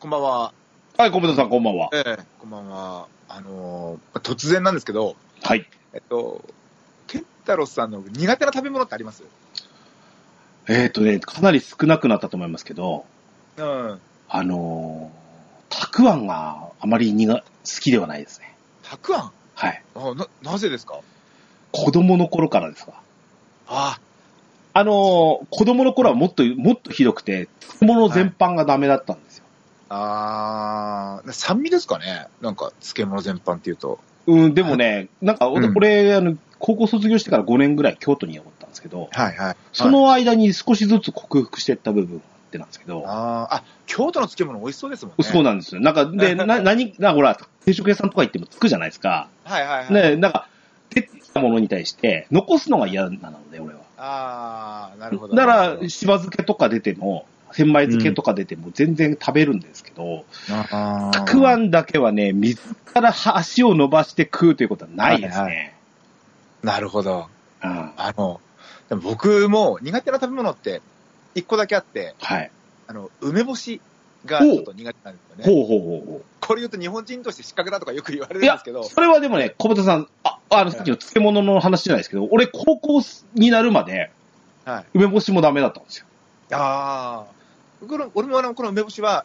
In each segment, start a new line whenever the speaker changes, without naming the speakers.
こんばんは。
はい、小室さん、こんばんは。
ええこんばんは。あのー突然なんですけど、
はい。
えっと、ケンタロスさんの苦手な食べ物ってあります
えっ、ー、とね、かなり少なくなったと思いますけど、
うん。
あのー、たくあんがあまり苦好きではないですね。
たくあん
はい。
あな、なぜですか
子供の頃からですか。
あ
あのー、子供の頃はもっと、もっとひどくて、漬物全般がダメだったんですよ。
あー、酸味ですかねなんか、漬物全般っていうと。
うん、でもね、なんか、俺、
うん
俺あの、高校卒業してから5年ぐらい京都におったんですけど、
はいはい。
その間に少しずつ克服していった部分ってなんですけど、
あーあ、京都の漬物美味しそうですもんね。
そう
な
なんですよ。なんか、 で、な、何、な、ほら、定食屋さんとか行ってもつくじゃないですか。
はいはいはい。
ね、なんか、出てきたものに対して、残すのが嫌なので、俺は。
あー、なるほど。
だ
なる
か
ほ
ら、しば漬けとか出ても、千枚漬けとか出ても全然食べるんですけど、
どあー
たくあんだけはね、水から足を伸ばして食うということはないですね。
なるほど。
うん
あの、でも僕も苦手な食べ物って、一個だけあって、
はい。
あの、梅干しがちょっと苦手なんですよね。
ほうほうほうほ
これ言うと日本人として失格だとかよく言われる
う。
ん
い
で
や
すけど、、
それはでもね、小畑さん、あ、あの、さっきの漬物の話じゃないですけど、俺、高校になるまで、
はい。
梅干しもダメだったんですよ。
ああ、この俺もあの、この梅干しは、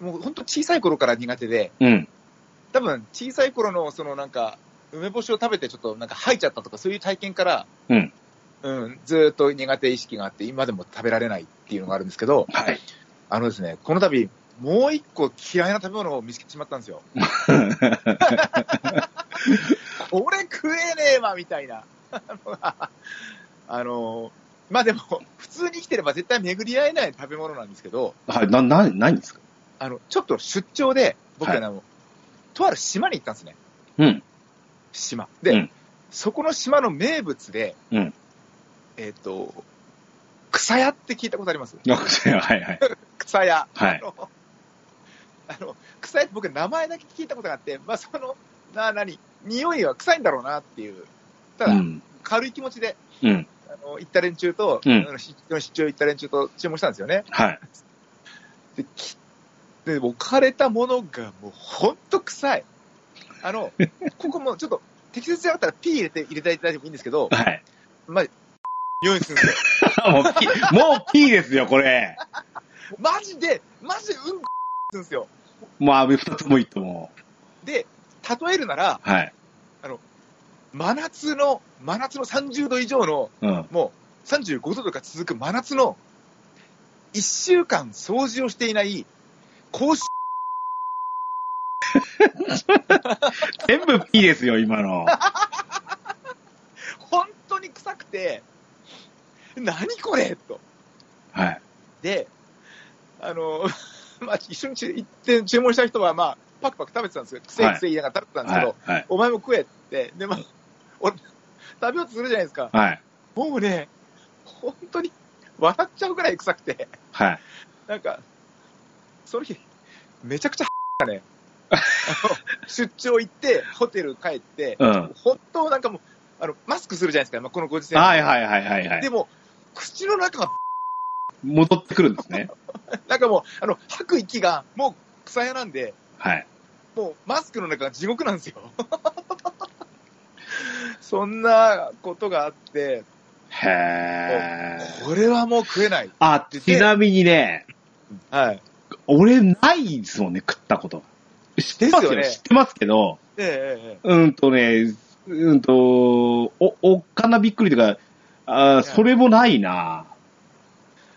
もう本当小さい頃から苦手で、
うん。
多分小さい頃のそのなんか、梅干しを食べてちょっとなんか吐いちゃったとかそういう体験から、
うん。
うん、ずーっと苦手意識があって、今でも食べられないっていうのがあるんですけど、
はい。
あのですね、この度、もう一個嫌いな食べ物を見つけてしまったん ですよ。これ食えねえわ、みたいな。 あの、まあでも、普通に生きてれば絶対巡り合えない食べ物なんですけど、
はい、な、な、何ですか
あの、ちょっと出張で、僕らの、とある島に行ったんですね。
うん。
島。で、
うん
そこの島の名物で、
うん
えっ、と、草屋って聞いたことあります
はいはい。
草屋。
は
あ
い。
の、あの臭いって僕名前だけ聞いたことがあって、まあその、な、なに、匂いは臭いんだろうなっていう、た
う
だ
ん。
軽い気持ちで、
うん。
あの、行った連中と、
うん
あの、しその出張行った連中と注文したんですよね。
はい。
で、きで、置かれたものがもうほんと臭い。あの、ここもちょっと適切じゃなかったら P 入れて、入れていただいてもいいんですけど、
はい。
まあ、匂いするんですよ。
もうピ、もう P ですよ、これ。
マジで、マジでうんこするんですよ。
まあ、二つもいいと思う。
で、例えるなら、
はい。
真夏の、真夏の30度以上の、
うん。
もう35度とか続く真夏の、1週間掃除をしていない、公衆、
全部 P ですよ、今の。
本当に臭くて、何これと。
はい。
で、あの、 まあ、一緒に行って注文した人は、まあ、パクパク食べてたんですよ。くせえ
はい
くせえ言いながら食べてたんです
は
けど、
い。はい。
お前も食えって。で、まあ、俺、 食べようとするじゃないですか。
はい。
もうね、本当に笑っちゃうぐらい臭くて、
はい。
なんか、その日、めちゃくちゃだ ね。あの出張行って、ホテル帰って、
うん。はい
本当なんかもう、あの、マスクするじゃないですか、まあ、このご時世。
はいはいはいは
で
い。
も、口の中が
戻ってくるんですね。
なんかもう、あの、吐く息が、もう草屋なんで、
はい。
もうマスクの中が地獄なんですよ。 そんなことがあって、
へえ。
これはもう食えない。
あ、ちなみにね、
はい。
俺ないですもんね、食ったこと。知ってますよ
で
ね。
すよね
知ってますけど、
えええええ
うんとね、うんと、お、おっかなびっくりとか、あーそれもないな。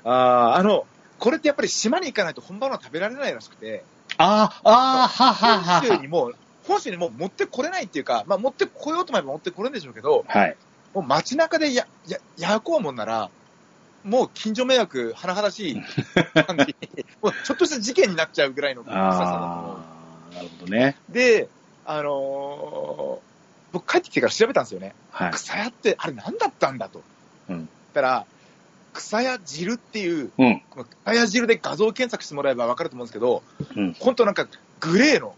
え。ああ、あの、これってやっぱり島に行かないと本場のは食べられないらしくて、
あー、あー、ははは
本州に
は。
もう、本州にもう持ってこれないっていうか、まあ持ってこようと思えば持ってこれるんでしょうけど、
はい。
もう街中でや、や、焼こうもんなら、もう近所迷惑、甚だ しい感じに、もうちょっとした事件になっちゃうぐらいの臭さだと思う。
あー、なるほどね。
で、あのー僕帰ってきてから調べたんですよね。
はい。
草屋って、あれ何だったんだと。
うん
だから、草屋汁っていう、
うん。
この草屋汁で画像検索してもらえばわかると思うんですけど、
うん
本当なんかグレーの、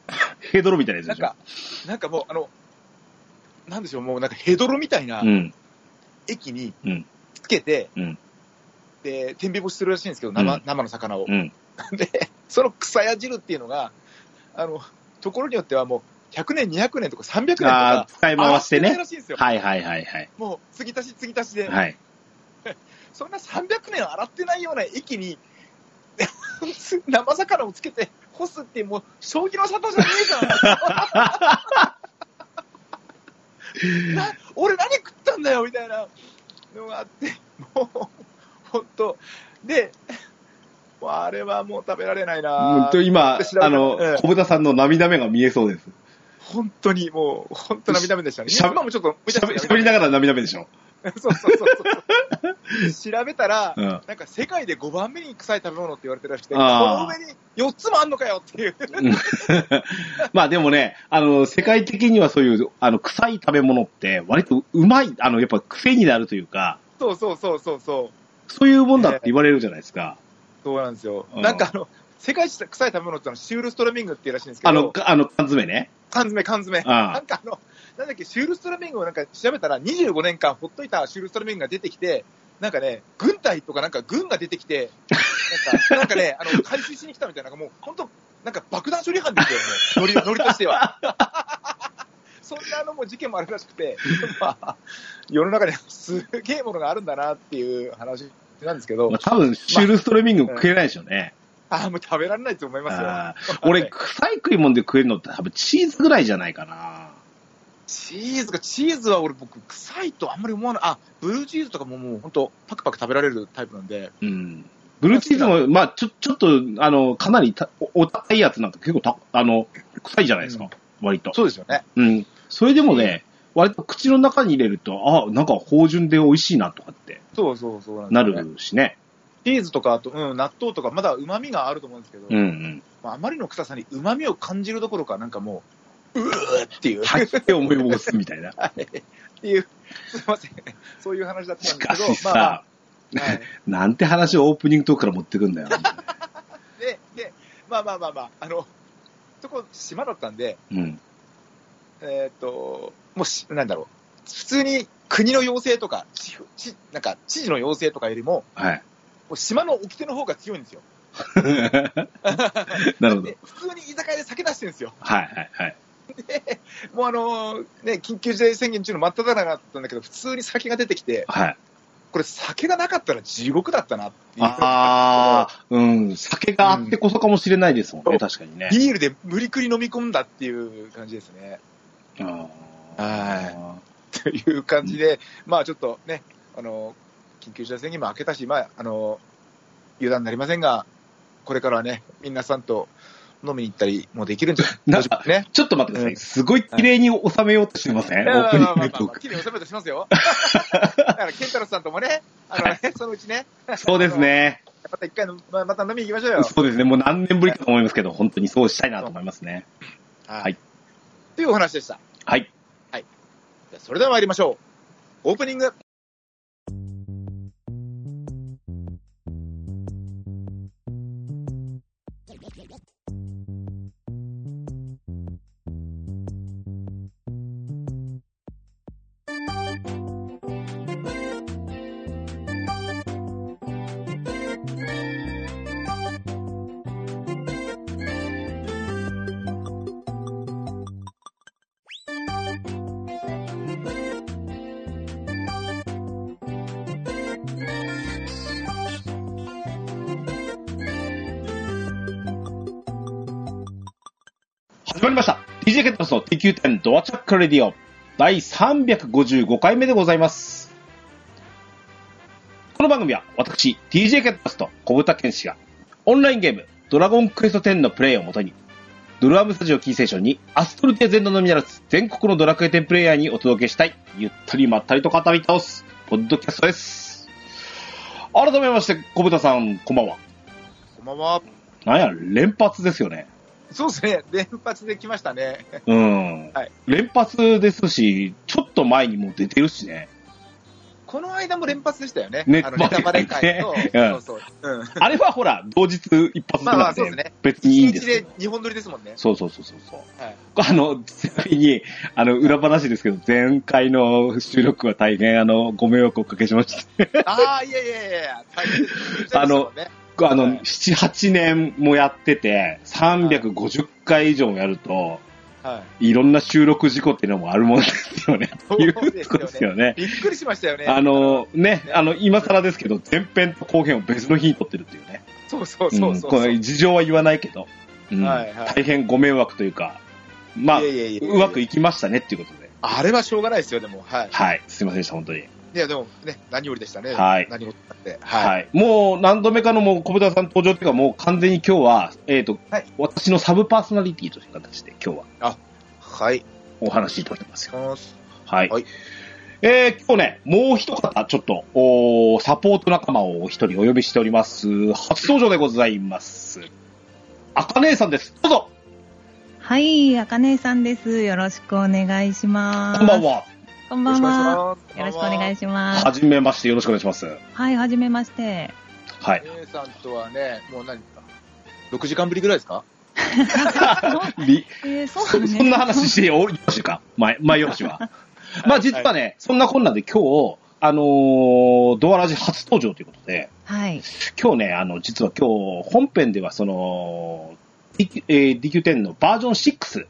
ヘドロみたいなやつ
な
で
ん
し
か。、
ょ
なんかもうあの、なんでしょう、もうなんかヘドロみたいな
うん。
液に
うん
つけて、
うん
で、天日干しするらしいんですけど、生,、
うん
生の魚を。
うん。
で、その草や汁っていうのが、あの、ところによってはもう、100年、200年とか300年と
ああ、
か、
使い回して
洗ってない
ね
ら。しいんですよ。
はいはいはいはい。
もう、継ぎ足し継ぎ足しで、
はい。
そんな300年洗ってないような液に、 生魚をつけて干すって、もう、将棋の沙汰じゃねえから な俺何食ったんだよみたいなのがあって、もう、本当で、もうあれはもう食べられない
ほ
なん
と今、
調べた
あの
ええ、
小豚さんの涙目が見えそうです。
本当にもう、本当涙目でしたね。
しゃべ
今もちょっと、
しゃべ喋りながら涙目でしょ。
そうそうそうそう。調べたら、
うん。あ
なんか世界で5番目に臭い食べ物って言われてるらしくて、こ
あー
の上に4つもあんのかよっていう。
まあでもね、あの、世界的にはそういう、あの、臭い食べ物って、割とうまい、あの、やっぱ癖になるというか、
そうそうそうそうそう。
そういうもんだって言われるじゃないですか。
そうなんですよ。
うん
なんかあの、世界一臭い食べ物ってのはシュールストロミングっていうらしいんですけど、
あの、かあの、缶詰ね。
缶詰缶詰。
ああ
なんかあの、なんだっけ、シュールストロミングをなんか調べたら25年間ほっといたシュールストロミングが出てきて、なんかね、軍隊とかなんか軍が出てきて、なんかなんか ね、あの、回収しに来たみたいな、なんかもう本当、なんか爆弾処理班ですよ、もう、ノリ、ノリとして は。そんなあのもう事件もあるらしくて、まあ、世の中にはすげえものがあるんだなっていう話なんですけど
まあ、、多分、シュールストレミングも食えないでしょうね。
ああ、もう食べられないと思いますよ。
あー俺、臭い食い物で食えるのって多分チーズぐらいじゃないかな。
チーズか、チーズは俺僕、臭いとあんまり思わない。あ、ブルーチーズとかももう本当パクパク食べられるタイプなんで。
うん。ブルーチーズも、まあ、ちょ、ちょっと、あの、かなりたおお高いやつなんか結構た、あの、臭いじゃないですか。割と。
そうですよね。
うん。それでもね、割と口の中に入れると、あ、なんか芳醇で美味しいなとかって
そうそうそう
なん
ですよね
るしね。
チーズとか、あと、うん、納豆とか、まだ旨味があると思うんですけど、
うんうん。
まあ、あまりの臭さに旨味を感じるどころか、なんかもう、うーっていう、
吐きって思い起こすみ たいな。
っていう、 すいません。そういう話だったん
し
で
か
すけど
し、さ、
まあ、はい
なんて話をオープニングトークから持ってくんだよ。
で、で、まあまあまあまあ、あの、そこ、島だったんで、
うん。
えーっと、もうし、なんだろう、普通に国の要請とか、ちちなんか知事の要請とかよりも、
はい。
もう島の掟の方が強いんですよ。
なるほど
で。普通に居酒屋で酒出してるんですよ。
はいはいはい。
もうあのーね、緊急事態宣言中の真っ只中だったんだけど、普通に酒が出てきて、
はい。
これ酒がなかったら地獄だったなっていう。
ああ、うん。酒があってこそかもしれないですもんね、
うん
確かにね。
ビールで無理くり飲み込んだっていう感じですね。
あー
はという感じで、まあちょっとね、あのー緊急事態宣言も明けたし、まああのー油断になりませんが、これからはね、皆さんと飲みに行ったりもできるんじゃない
なんか
ね。
ちょっと待ってくださ
う
い。
ん
すごい綺麗に収めようとしてません、オープニングトーク。
きれいに収めたします よ。だから、ケンタロスさんともね、あのね、そのうちね、
そうですね。
また一回の、ままた飲みに行きましょうよ。
そうですね。もう何年ぶりかと思いますけど、本当にそうしたいなと思いますね。はい。
というお話でした。
はい。
じゃあそれでは参りましょう。オープニング。
始まりました。DJ ケットスの TQ10 ドアチャックレディオ第355回目でございます。この番組は私、DJ ケットスと小豚健志がオンラインゲームドラゴンクエスト10のプレイをもとにドラムスタジオキーステーションにアストルティア全土のみならず全国のドラクエ10プレイヤーにお届けしたいゆったりまったりと語り倒すポッドキャストです。改めまして、小豚さん、こんばんは。
こんばんは。
なんや、連発ですよね。
そうですね。連発できましたね。
うん
はい
連発ですし、ちょっと前にも出てるしね。
この間も連発でしたよね。
ね
あの、ネタバレ会と、
ねうん
そうそう。うん。
あれはほら、同日一発目
まあま
なん
あ、そうです
で、
ね。
別にいいん
一
です
日
け
で
ど。
日本撮りですもんね。
そうそうそうそうそう。
はい。
あの、ちなみに、あの、裏話ですけど、前回の収録は大変、あの、ご迷惑をおかけしました。
ああ、いやいやいやいや、大変です。
あの
ね
あの、
はい
7、8年もやってて、350回以上もやると、
はい
ろんな収録事故っていうのもあるもんですよね。
そう
いう
ですよね
ことですよね
い。。びっくりしましたよね。
あの、ね、あの、今更ですけど、前編と後編を別の日に撮ってるっていうね。
そうそうそう
うん
そう。
これ事情は言わないけど、うん
はいはい
大変ご迷惑というか、まあ、
いえいえいえ
うまくいきましたねっていうことで。
あれはしょうがないですよ、でも。はい。
はい。すいませんでした、本当に。
いや、でもね、何よりでしたね。
はい
何よりだって。
はい。
はい。
もう何度目かのもう小豚さん登場っていうか、もう完全に今日は、えっ、と、
はい
私のサブパーソナリティという形で今日は
はい。
お話しいただきますよ。
この
はい。
はい
えー、今日ね、もう一方、ちょっと、おーサポート仲間をお一人お呼びしております。初登場でございます。あかねえさんです。どうぞ
はい、あかねさんです。よろしくお願いします。
こんばん。は。
こんばんは。
す
よろしくお願いします。
はじめまして、よろしくお願いします。
はい、はじめまして。
はい。
姉さんとはね、もう何か、6時間ぶりぐらいですか
り
えー、そ
そう
だね。
そ んな話してよよろしいか前、前よろしい は。まあ実はね、そんなこんなで今日、あのードアラジ初登場ということで、
はい。
今日ね、あの、実は今日、本編ではその、DQ えー DQ10 のバージョン6、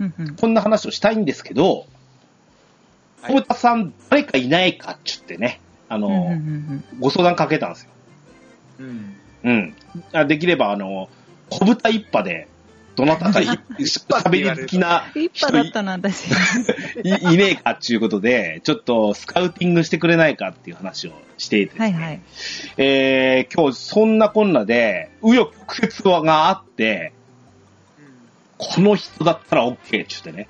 うんうん。
こんな話をしたいんですけど、
はい
小豚さん、誰かいないかっちゅってね、あの
うんうんう
ー、
ん
ご相談かけたんですよ。
うん。
うん。あできれば、あの、小豚一派で、どなたか い喋り好きな
うん。一
人
派だったな、私。
いいねえかっていうことで、ちょっとスカウティングしてくれないかっていう話をしていて、
はいはい。
えー、今日そんなこんなで、紆余曲折があって、この人だったら OK って言ってね、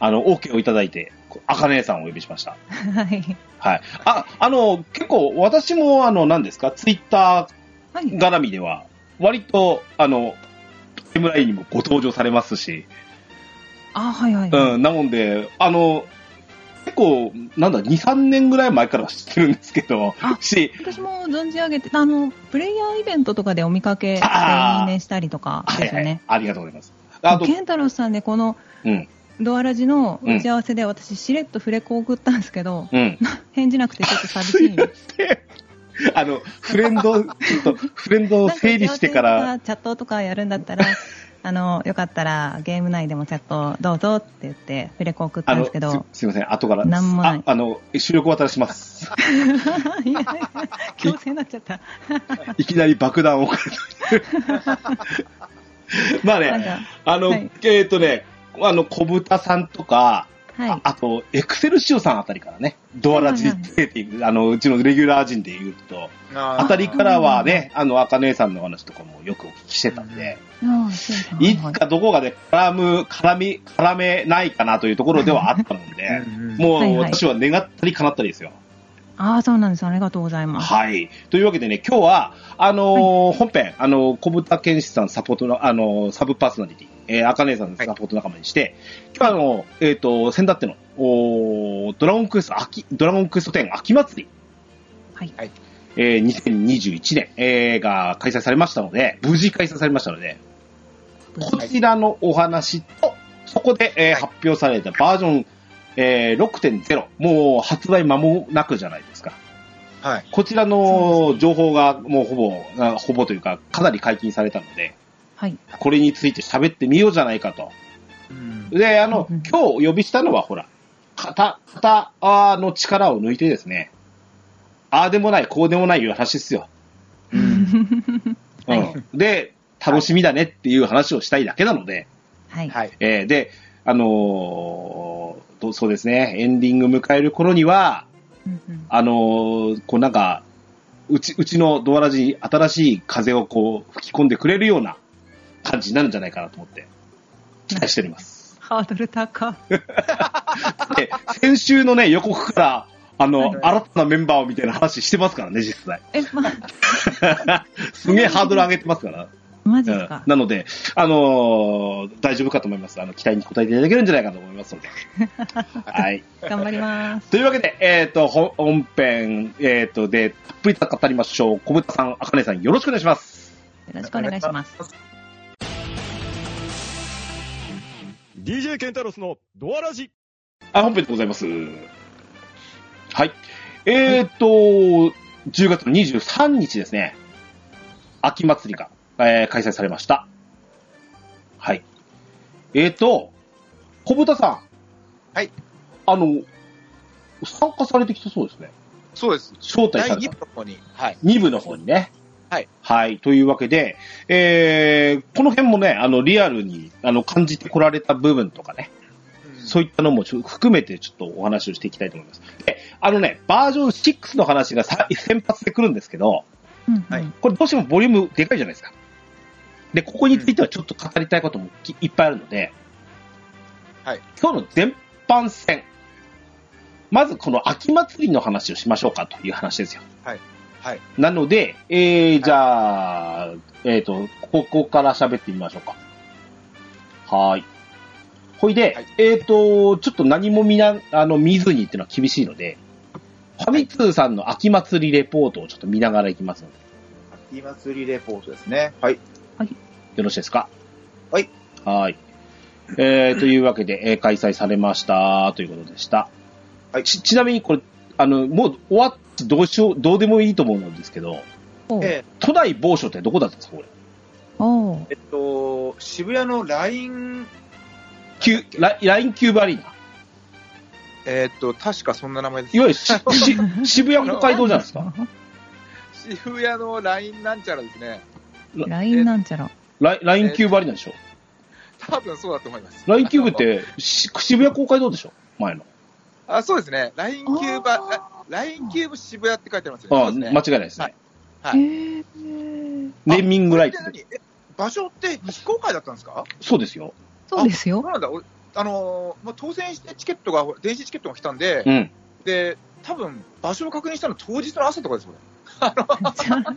あの、OK をいただいて、あかねえさんをお呼びしました。
はい。
はい。あ、あの、結構私も、あの、何ですか、ツイッタ
は
ー
い。
絡みでは、割と、あの、タイムラインにもご登場されますし、
あ、はいはい。
うん、なもんで、あの、結構、なんだ、2、3年ぐらい前から知ってるんですけど
あ、
し、
私も存じ上げて、あの、プレイヤーイベントとかでお見かけして、
あー
いいねしたりとか
は
で
い
す
はい
よね。、
ありがとうございます。あと、
ケンタロウさんね、この、
うん、
ドアラジの打ち合わせで私、しれっとフレコ送ったんですけど、
うん。
返事なくてちょっと寂しい。
あの、フレンド、ちょっと、フレンドを整理してから、
なん。チャットとかやるんだっ たら、あの、よかったらゲーム内でもチャットどうぞって言って、フレコ送った
あ
んで
の、
す
す
け ど、
すいません、後から、
なんもない
ああの、収録渡し ます。
いや強制になっちゃった。
いきなり爆弾を置かれ たまあ
なん
ね、
か、
あの、
はい
えっ、とね、あの、小豚さんとか、
はい
あ。あと、エクセルシオさんあたりからね、ドアラジっていう、あの、うちのレギュラー陣で言うと、あたりからはね、あの、赤姉さんの話とかもよくお聞きしてたんで、
ああそう
い
なん
つ
だ
かどこかで絡む、絡み、絡めないかなというところではあったので、
も
も
は
う
いはい
私は願ったり叶ったりですよ。
ああ、そうなんです。ありがとうございます。
はい。というわけでね、今日は、あのー本編、あのー、小豚健志さんサポートの、あのーサブパーソナリティ、えー、赤姉さんのサポート仲間にして、今日はあのーえっ、と、先だっての、おードラゴンクエスト秋、ドラゴンクエスト10秋祭り、
はい。
えー、2021年、えーが開催されましたので、無事開催されましたので、こちらのお話と、そこで、えー
はい
発表されたバージョン、えー6.0、もう発売間もなくじゃないですか。
はい。
こちらの情報がもうほぼ、あほぼというか、かなり解禁されたので、
はい。
これについて喋ってみようじゃないかと。
うん
で、あの、
うんうん
今日お呼びしたのは、ほら、肩、肩の力を抜いてですね、ああでもない、こうでもないいう話ですよ。う
は
ん、で、楽しみだねっていう話をしたいだけなので、
はい。
はい。
えーで、あのーどうそうですね、エンディング迎える頃には、
うんうん
あのーこうなんか、うち、うちのドアラジに新しい風をこう吹き込んでくれるような感じになるんじゃないかなと思って、期待しております。
ハードル高。
で、先週のね、予告から、あの、
はいはい
新たなメンバーをみたいな話してますからね、実際。
え、ま、
すげえハードル上げてますから。
マジ
う
です
ん
か。
なので、あのー大丈夫かと思います。あの、期待に応えていただけるんじゃないかと思います ので。はい。
頑張ります。
というわけで、えっ、と、ほ本編、えっ、と、で、たっぷりと語りましょう。小豚さん、あかねさん、よろしくお願いします。
よろしくお願いします。
DJ ケンタロスのドアラジ
あ、本編でございます。はい。えっ、と、10月の23日ですね。秋祭りが、えー開催されました。はい。えっ、ー、と、小豚さん。
はい。
あの、参加されてきたそうですね。
そうです。
招
第
待され
2
た
部。の方に。はい。
2部の方にね。
はい。
はい。というわけで、えー、この辺もね、あの、リアルに、あの、感じてこられた部分とかね、そういったのもちょ含めてちょっとお話をしていきたいと思います。で、あのね、バージョン6の話がさ先発で来るんですけど、
うんうん
はい
これどうしてもボリュームでかいじゃないですか。で、ここについてはちょっと語りたいこともきいっぱいあるので、
はい。
今日の全般戦、まずこの秋祭りの話をしましょうかという話ですよ。
はい。はい。
なので、えー、じゃあ、えっ、と、ここから喋ってみましょうか。はーい。ほいで、
はい
えっ、と、ちょっと何も見な、あの、見ずにっていうのは厳しいので、ファミ通さんの秋祭りレポートをちょっと見ながらいきますので、
秋祭りレポートですね。はい。
よろしいですか
はい。
はーい。えー、というわけで、えー開催されましたということでした。
はい
ち、ちなみにこれ、あの、もう終わってどうしよう、どうでもいいと思うんですけど、
おう
え
都内某所ってどこだったんですか、これ。
おう
えっと、渋谷の LINE、
キューララインキューバアリーナ。
えっと、確かそんな名前です
い。わゆるしし渋谷北海道じゃないですか。
渋谷の LINE なんちゃらですね。
LINE なんちゃら。
ラインラインキューバアリーナでしょ。
多分そうだと思います。
ラインキューブってし渋谷公会堂でしょ前の。
あ、そうですね。ラインキューバ、あラインキューブ渋谷って書いてありますよね。
あ
そうです
間
ね
違いないですね。
はいは
へ
い
え。
ネーミングライツ
こ。れって何え場所って非公開だったんですか
そうですよ。
そうです
そう
よ。
なんだ。俺あのーまあ、当選してチケットが、電子チケットが来たんで
う、ん。
で、多分場所を確認したの当日の朝とかですよね。
じゃあ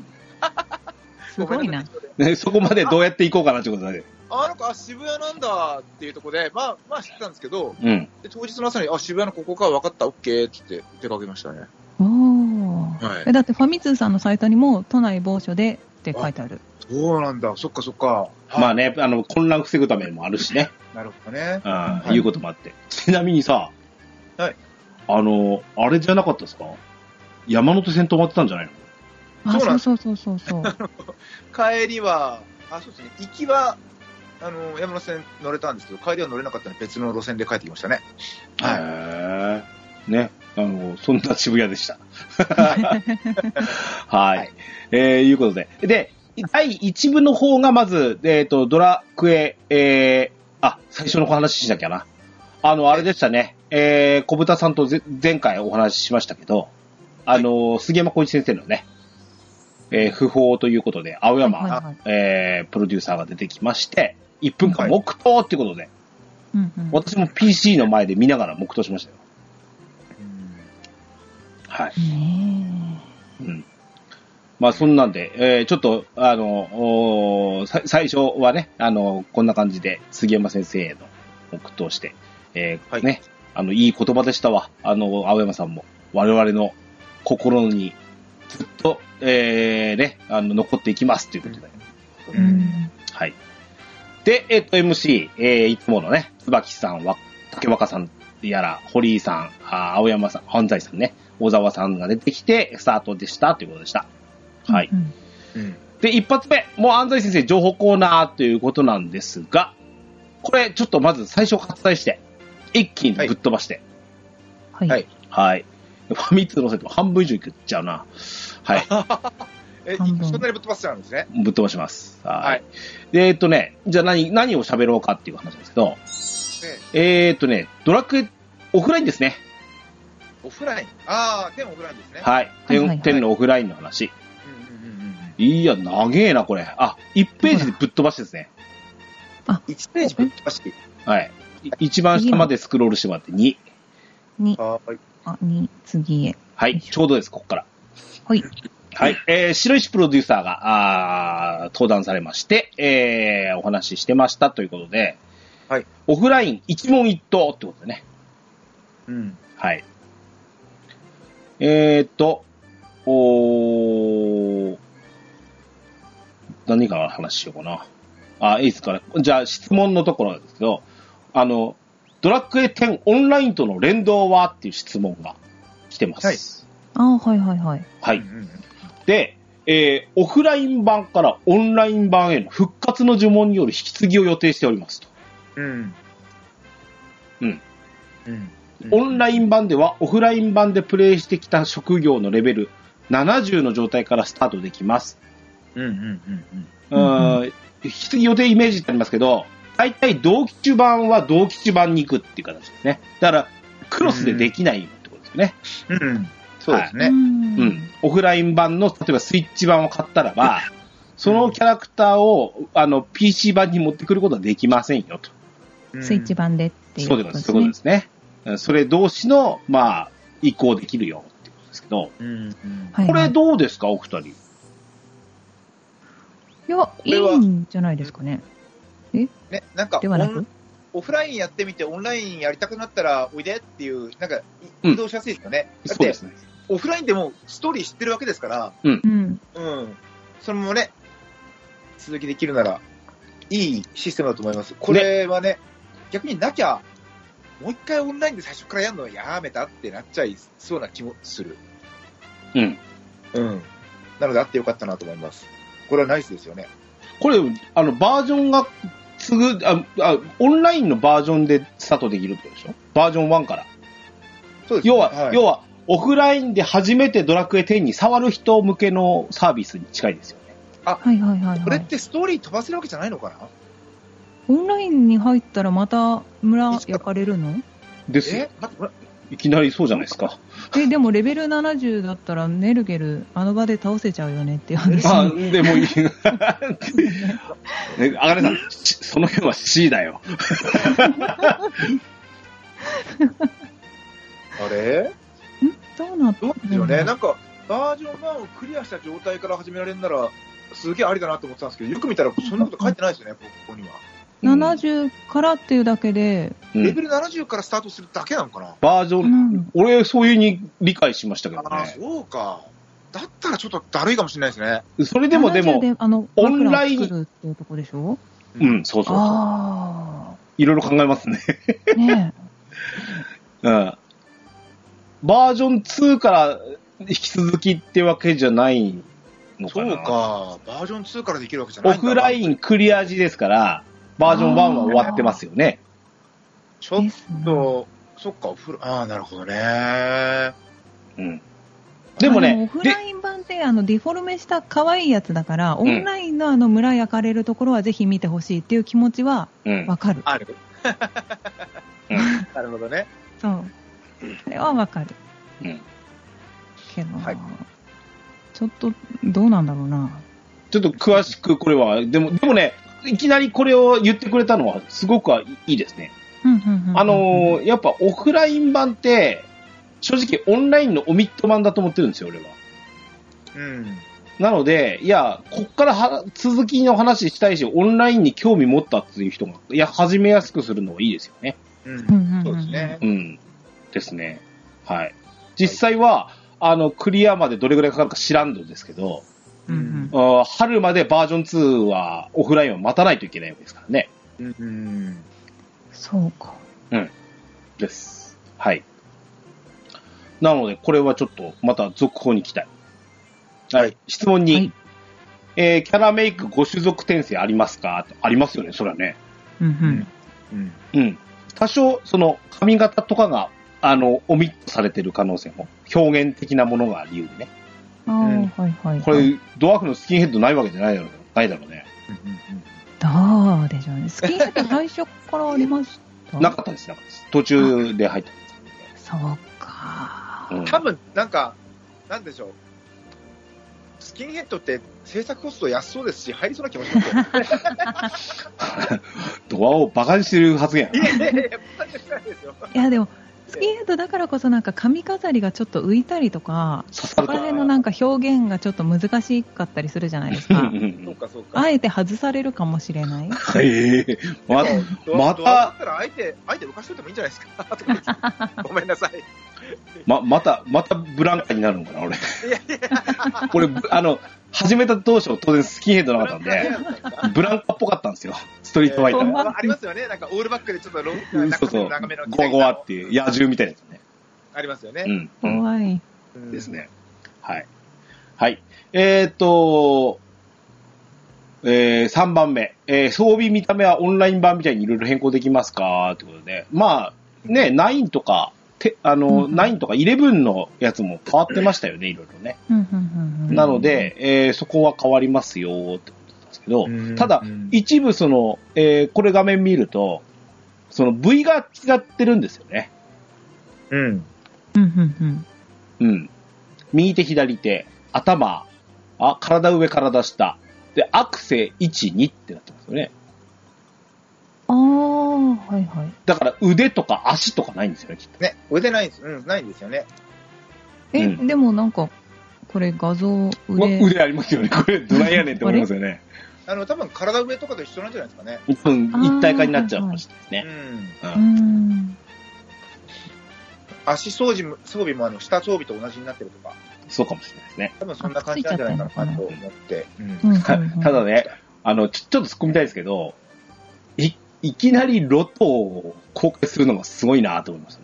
すごいな。
ねそこまでどうやって行こうかなってことだね。
あ、なんか、あ渋谷なんだっていうところで、まあ、まあ知ってたんですけど、
うん。
で当日の朝に、あ、渋谷のここか分かった、オッケーって言って出かけましたね。
おお。
は
え。だってファミ通さんのサイトにも都内某所でって書いてある。
そうなんだ、そっかそっか。
まあね、あの、混乱防ぐためもあるしね。
なるほどね。
あ
はい
いうこともあって。ちなみにさ、
はい。
あの、あれじゃなかったですか山手線止まってたんじゃないの
あ、
そうな
そ
ん
うそうそうそう そう。
帰りは、あ、そうですね、行きは、あの、山手線乗れたんですけど、帰りは乗れなかったので別の路線で帰ってきましたね。はい
へーね。あの、そんな渋谷でした。はい。
はい
えーいうことで。で、第1部の方がまず、えっ、と、ドラクエ、えーあ、最初のお話ししなきゃな。あの、あれでしたね。えー、小豚さんとぜ前回お話ししましたけど、あの、杉山浩一先生のね、えー不法ということで、青山、
はいはいはい
えープロデューサーが出てきまして、1分間黙祷っていうことで、
うんうん
私も PC の前で見ながら黙祷しましたよ。はい。
ね
うん。まあ、そんなんで、えーちょっと、あの、おーさ最初はね、あの、こんな感じで、杉山先生への黙祷して、えー
はい
ね、あの、いい言葉でしたわ。あの、青山さんも、我々の心に、ずっと、えーね、あの、残っていきますということで。
えうん
はい。で、えっ、と、MC、えーいつものね、椿さん、わ竹若さんやら、堀井さん、あー青山さん、安西さんね、小沢さんが出てきて、スタートでした、ということでした。はい。
うん
うん。
で、一発目、もう安西先生、情報コーナーということなんですが、これ、ちょっとまず最初割愛して、一気にぶっ飛ばして、
は
はいい。
はい。ファミ通のせても半分以上いくっちゃうな。はい。
え、そ
半
ん
分
なにぶっ飛ばしてたんですね。
ぶっ飛ばします。はい。
はい
で、えっとね、じゃあ何、何を喋ろうかっていう話なんですけど、
で
えーっとね、ドラクエ、オフラインですね。
オフライン。ああ、でもオフラインですね。
はい。天、
はいはいはい
天のオフラインの話。
うんうんうんうん
いや、長えな、これ。あ、1ページでぶっ飛ばしてですね。
1ページぶっ飛ばして。
はい。い一番下までスクロールしてもらって2。
に、
はーい。
あ、に、次へ。
はい。ちょうどです、ここから。
はい。
はい。えー、白石プロデューサーが、あー登壇されまして、えー、お話ししてましたということで、
はい。
オフライン一問一答ってことでね。
うん。
はい。えー、っと、おー何から話しようかな。あ、いいですかね。じゃあ質問のところなんですけど、あの、ドラクエ10オンラインとの連動はっていう質問が来てます。
はい
あはいはいはい。
は
う
い
ん。うんうん
で、えーオフライン版からオンライン版への復活の呪文による引き継ぎを予定しておりますと。
うん。
うん。
うん。
オンライン版ではオフライン版でプレイしてきた職業のレベル70の状態からスタートできます。
うんうんうんうん。
う
うん
ん、引き継ぎ予定イメージってありますけど、大体同期中版は同期中版に行くっていう形ですね。だから、クロスでできないってことですよね。
うん。そうですね。
ん
うん。オフライン版の、例えばスイッチ版を買ったらば、そのキャラクターを、あの、PC 版に持ってくることはできませんよと。
うん
スイッチ。版でっていう
そう
こ
で
と
ござい
で
ます。
す
そういうこと
ね
で。すね。うんそれ同士の、まあ、移行できるよってことですけど、
うんうん。
はい
こ
は
れ
い
どうですか、お二人。
いや、い
れはい
んじゃないですかね。
ね、なんか
ではな
オ
く
ン、オフラインやってみて、オンラインやりたくなったら、おいでっていう、なんか、い
うん
移動しやすいですよね。だっ
そう
て、
ですね。
オフラインでもストーリー知ってるわけですから、
うん。
うん。そのままね、続きできるなら、いいシステムだと思います。これはね、逆になきゃ、もう一回オンラインで最初からやるのやめたってなっちゃいそうな気もする。
うん。
うん。なので、あってよかったなと思います。これはナイスですよね。
これ、あの、バージョンが、すぐ、あ、あ、オンラインのバージョンでスタートできるってことでしょバージョン1から。
そうですね
要は、
い
要は、オフラインで初めてドラクエ10に触る人向けのサービスに近いですよね。
はいはいはい、
こ
は
れ
い
っ。てストーリー飛ばせるわけじゃないのかな
オンラインに入ったらまた村焼かれるの
ですよ
え。待って、
いきなりそうじゃないですか。
え、でもレベル70だったらネルゲルあの場で倒せちゃうよねっていう話。
あ、で もいい。ねあがれさん、しその辺は C だよ。
あれ
んどうなった
どうなんでしょうね。なんか、バージョン1をクリアした状態から始められるなら、すげえありだなと思ってたんですけど、よく見たら、そんなこと書いてないですよね、ここには。
70からっていうだけで、
うん
レベル70からスタートするだけなのかな
バージョン、
なん
俺、そういうに理解しましたけど
ああ、
ね。
そうか。だったらちょっとだるいかもしれないですね。
それでもで
70
も、
あの、
オンライン
枕を作るっていうとこでしょ
うん、そうそうそう。
あ
いろいろ考えますね。
あ。ねえ。
うんバージョン2から引き続きってわけじゃないの
そ
かな。
うか。バージョン2からできるわけじゃな
オ
いんだ
フラインクリア時ですから、バージョン1は終わってますよね。
ち ょっ
ですね
と、そっか、オフラああ、なるほどね。
うんでも
あのオ
ね、
フ
で
ライン版であのディフォルメした可愛いやつだから、オンラインのあの村焼かれるところはぜひ見てほしいっていう気持ちは
うん
わかる。
あ る
うん
なるほどね。
そう。それはわかる。
うん
けど、
はい
ちょっとどうなんだろうな。
ちょっと詳しくこれは、でも、でもね、いきなりこれを言ってくれたのはすごくいいですね。
うんうんうん
あのーやっぱオフライン版って、正直オンラインのオミット版だと思ってるんですよ、俺は。
うん。
なので、いや、こっからは続きの話したいし、オンラインに興味持ったっていう人が、いや、始めやすくするのはいいですよね。
う
うん
ん。
うんうん
そうですね。
うん。ですね。はい。実際は、あの、クリアまでどれぐらいかかるか知らんのですけど、
うんうん
あー春までバージョン2は、オフラインは待たないといけないわけですからね。
うん。
そうか。
です。はい。なので、これはちょっと、また続報に期待。は
はいい。
質問に、
はい
えーキャラメイク5種族転生ありますかとありますよね、それはね。
うんうん。
うん。
うん。多少、その、髪型とかが、あの、オミットされてる可能性も、表現的なものが理由でね。
ああ、
うん
はいはいはい。
これ、ドワーフのスキンヘッドないわけじゃないだろうないだろうね。
どうでしょうね。スキンヘッド最初からありまし た
なかったです、なかったです。途中で入ったんです
そうか。
けどね。
多分、なんか、なんでしょう。スキンヘッドって制作コスト安そうですし、入りそうな気もします よ。
うん、ドアをバカにしてる発言
い。やいやいや、そんな気はしないですよ。
いやでも、スキンヘッドだからこそなんか髪飾りがちょっと浮いたりとか、
刺さ
そ
る
ことら辺のなんか表現がちょっと難しかったりするじゃないですか
う。んう
そうんか、そうか。
あえて外されるかもしれない。
うん。へえま
でもドア
また
ドアだったら、相手、相手浮かしといてもいいんじゃないですか。 とか言 ってごめんなさい。
ま、また、またブランカになるのかな、俺。
いやいや、
俺、あの、始めた当初、当然スキンヘッドなかったんで、
あ
ブランカっぽかったんですよ。ストリートファイターが。
りますよね。なんか、オールバックでちょっとロング、
そうそう、
長めの
ゴワゴワっていう、野獣みたいなやつね。
ありますよ
う
ね。
ん。
怖い。
うん
です。ね。はい。はい。えーっと、えー、3番目。えー装備見た目はオンライン版みたいにいろいろ変更できますかってことで。まあ、ね、9とか、てあの、
うん
9とか11のやつも変わってましたよね、いろいろね。
うんうんうんうん
なので、えーそこは変わりますよ、ってことなんですけど、
うん
ただ
うん、
一部その、えーこれ画面見ると、その V が違ってるんですよね。
うん。
うんうんうん
うん。右手、左手、頭、あ、体上、体下。で、アクセ1、2ってなってますよね。
ああ、はいはい。
だから腕とか足とかないんですよね、きっと。
ね、腕ないんです。うん、ないんですよね。
え、
うん
でもなんか、これ画像
うわ
腕、
腕ありますよね。これ、どないやねんって思いますよね。
あの、多分体上とかと一緒なんじゃないですかね。
うん、一体化になっちゃうかもしれな
う
いですね。
ん。
うん
うん。
足装備も装備もあの下装備と同じになってるとか、
そうかもしれないですね。
多分そんな感じなんじゃないかなと思って。
うんうんうん
た ただね、あの、ちょちょっと突っ込みたいですけど、い、いきなりロトを公開するのがすごいなと思いまし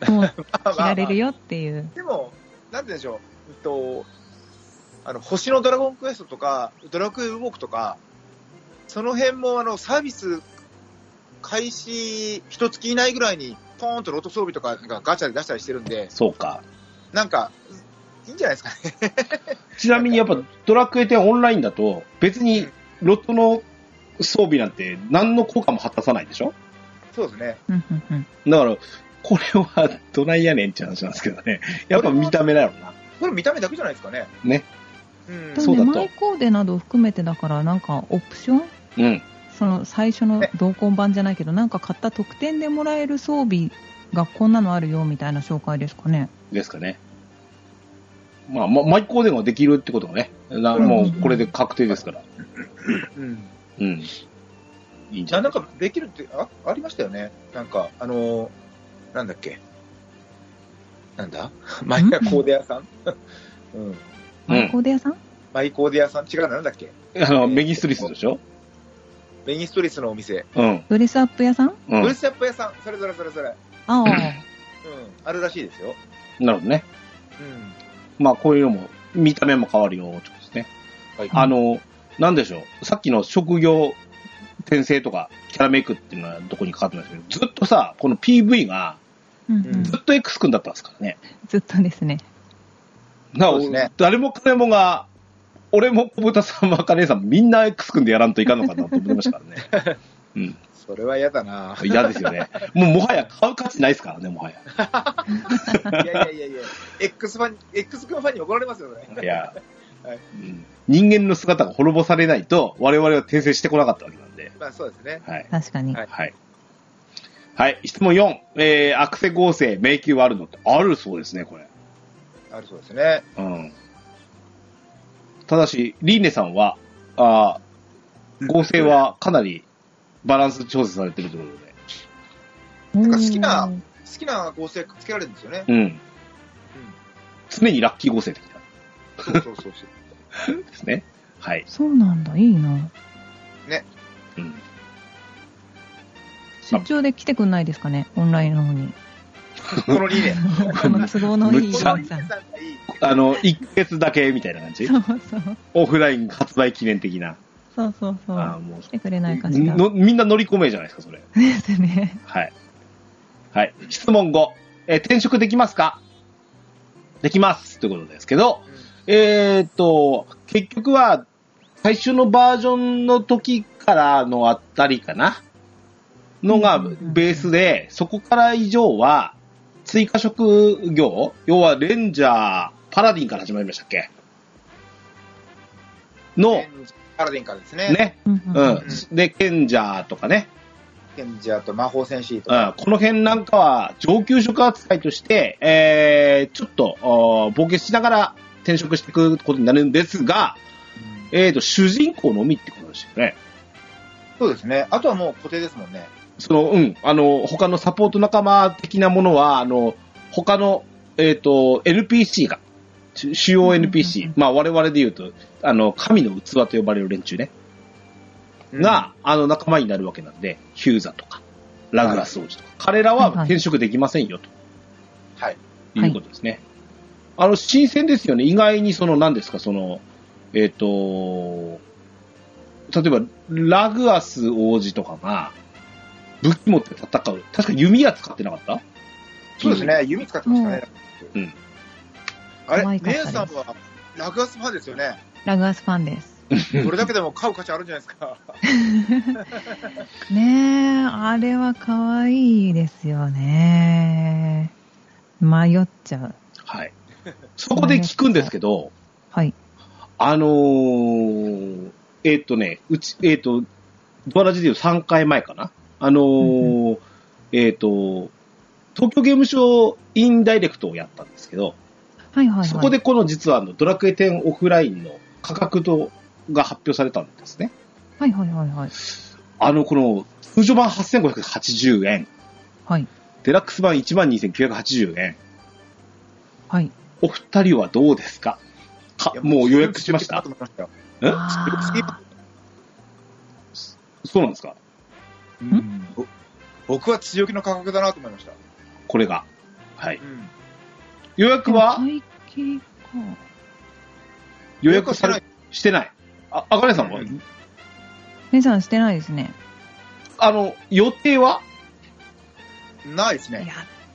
たね。
もう、
まあ
着
ま
ら
あ
れるよっていう。
でも、なんて言うんでしょう、えっと、あの、星のドラゴンクエストとか、ドラクエウォークとか、その辺もあの、サービス開始一月以内ぐらいに、ポーンとロト装備とかがガチャで出したりしてるんで、
そうか。
なんか、いいいんじゃないですかね。
ちなみにやっぱドラクエ10オンラインだと、別にロットの装備なんて何の効果も果たさないでしょ
そうですね。
うんうんうん
だから、これはどないやねんって話なんですけどね。やっぱ見た目だろうな。
これ見た目だけじゃないですかね。
ね。
うん
ただ
そう
ね、
だと
マイコーデなどを含めてだから、なんかオプション
うん。
その最初の
ね
同梱版じゃないけど、なんか買った特典でもらえる装備がこんなのあるよみたいな紹介ですかね。
ですかね。まあ、まマイコーデンができるってことがね。な
うん
もうこれで確定ですから。
うん。
うん。いいんじゃ
な
な
ないんかできるってあありましたよね、なんか、あのーなんだっけ、なんだ、 マイナコーデ屋さん、 うん、
うん
マイコーデ屋さん、
マイコーデ屋さん、違うな、なんだっけ、
あの、メギストリスでしょ
ベニストリスのお店、
うん。
ドレスアップ屋さん
う
ドレ
ん。
スアップ屋さん、それぞれそれぞれ、うん、
ああ、
あるらしいですよ。
なるほどね。
うん
まあ、こういうのも、見た目も変わるよ、ってことですね。
はい
あの、なんでしょう。さっきの職業転生とか、キャラメイクっていうのはどこにかかってないですけど、ずっとさ、この PV が、
うんうん
ず
ずっと X 君だったんですからね。
ずっとですね。
な
そうですね
誰も金もが、俺も小豚さんも赤姉さんもみんな X 君でやらんといかんのかなと思ってましたから ね。うん。。
それは嫌だな
嫌ですよね。もうもはや買う価値ないですからね、もはや。
いやいやいやいや、X ファン、X 君ファンに怒られますよね。
いや、
はい
うん人間の姿が滅ぼされないと、我々は訂正してこなかったわけなんで。
まあそうですね。
はい。
確かに。
はい
はい。はい。質問4。えー、アクセ合成、迷宮はあるのってあるそうですね、これ。
あるそうですね。
うん。ただし、リーネさんは、あー合成はかなりバランス調整されてるということで。
なん
か好きな好きな合成つけられるんですよね。
うん。常にラッキー合成的な
そうそうそうそう。
んですね。はい。
そうなんだ、いいな。
うん。
出張で来てくんないですかね、オンラインの方に。
この理念。
この都合のいい
む
お
っ
じ
ちゃ
さ
この理念さ
ん。そ
んがいい。
あの、一ヶ月だけみたいな感じ
うそう。
オフライン発売記念的な。
そうそうそ
あー
う。
もう
来てくれないかしら。
のみんな乗り込めじゃないですか、それ。
ですね。
はい。はい。質問5。えー転職できますかできます。ということですけど、えーっと、結局は、最初のバージョンの時からのあたりかなのが
うんうんうん
ベースで、そこから以上は、追加職業要はレンジャー、パラディンから始まりましたっけの、
うんパラディンからですね。
ね。
うんうん
う
うん
ん。で、ケンジャーとかね。
賢者と魔法戦士と
う
か、
んこの辺なんかは上級職扱いとして、えー、ちょっと、あー冒険しながら転職していくことになるんですが、えーと、主人公のみってことですよね。
そうですね。あとはもう固定ですもんね。
その、うん、あの、他のサポート仲間的なものは、あの、他の、えーと、NPC が、主主要
うんうん
NPC
うん、
まあ我々で言うと、あの、神の器と呼ばれる連中ね、が、あの仲間になるわけなんで、ヒューザとか、ラグラス王子とか、彼らは
はいはい
転職できませんよ、と
はい。
いうことですね。あの、新鮮ですよね。意外に、その、何ですか、その、えっ、と、例えば、ラグアス王子とかが、武器持って戦う。確か弓矢使ってなかった
そうです。ね、弓使ってましたね。
うんうん
あ
可
れ、
愛かっ
姉
たです
さんはラグアスファンですよね。
ラグアスファンです。
それだけでも買う価値あるんじゃないですか。
ねえ、あれは可愛いですよね。迷っちゃう。
はい。そこで聞くんですけど、
はい。
あのーえっ、とね、うち、えっ、と、ドアラジでいう3回前かな。あのーえっ、と、東京ゲームショウインダイレクトをやったんですけど、
はいはいはい。
そこでこの実はあのドラクエ10オフラインの価格とが発表されたんですね。
はいはいはいはい。
あの、この通常版8580円、
はい。
デラックス版12980円、
はい。
お二人はどうですかか
いや
もう予約しました
収録してよう
え
あ
そうなんですか
かと思いましたようん僕は強気の価格だなと思いました。
これが。はい。
うん
予
ーで
約
も
は
最近か。
予約されしてない。あ、あかねさんは、
うん
皆さんしてないですね。
あの、予定は
ないです
いや
ね。、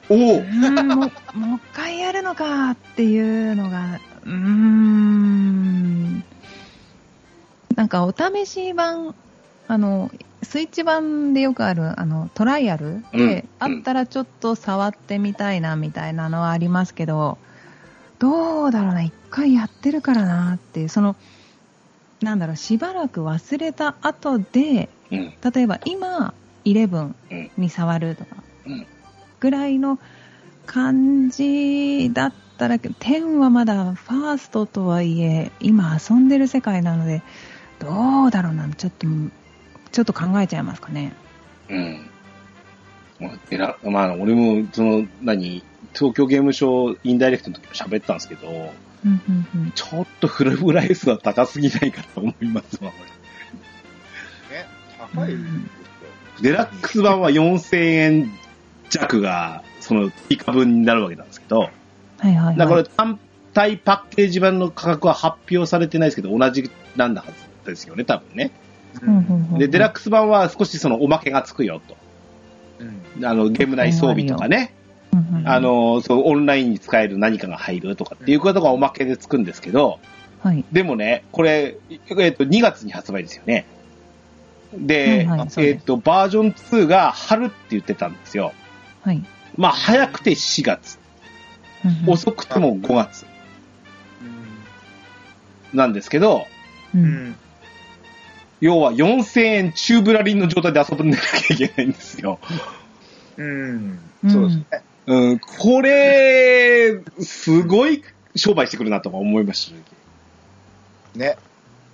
お
う
お
ーんもう、もう一回やるのかっていうのが、うーん。なんかお試し版、あの、スイッチ版でよくある、あの、トライアルで、
うん
あったらちょっと触ってみたいなみたいなのはありますけど、どうだろうな、一回やってるからなっていう、その、なんだろう、しばらく忘れた後で、
うん。
例えば今11に触るとか
うん
ぐらいの感じだったら10はまだファーストとはいえ今遊んでる世界なのでどうだろうなちょっとちょっと考えちゃいますかね
うん。まあ、えら、まあ、俺も、その、何、東京ゲームショウインダイレクトの時も喋ったんですけど、
うんうんうん
ちょっとフルプライスは高すぎないかと思いますわ、俺
ね高い。
うん
デラックス版は4000円弱が、その、追加分になるわけなんですけど、
はいはい
だか
は
ら
い
単体パッケージ版の価格は発表されてないですけど、同じなんだはずですよね、多分ね。
うんうんうん
で、デラックス版は少しそのおまけがつくよと。
うん
あの、ゲーム内装備とかね、
うんうん
あの、そう、オンラインに使える何かが入るとかっていうことがおまけでつくんですけど、
はい
でもね、これ、えっと、2月に発売ですよね。で、
はいはいそう
え
です
っと、バージョン2が春って言ってたんですよ。
はい
まあ、早くて4月、
うんうん
遅くても5月なんですけど、
うん
うん
要は4000円中ぶらりんの状態で遊んでなきゃいけないんですよ。
うん
うん
そうですね。
うん、これ、すごい商売してくるなとか思いました、
ね、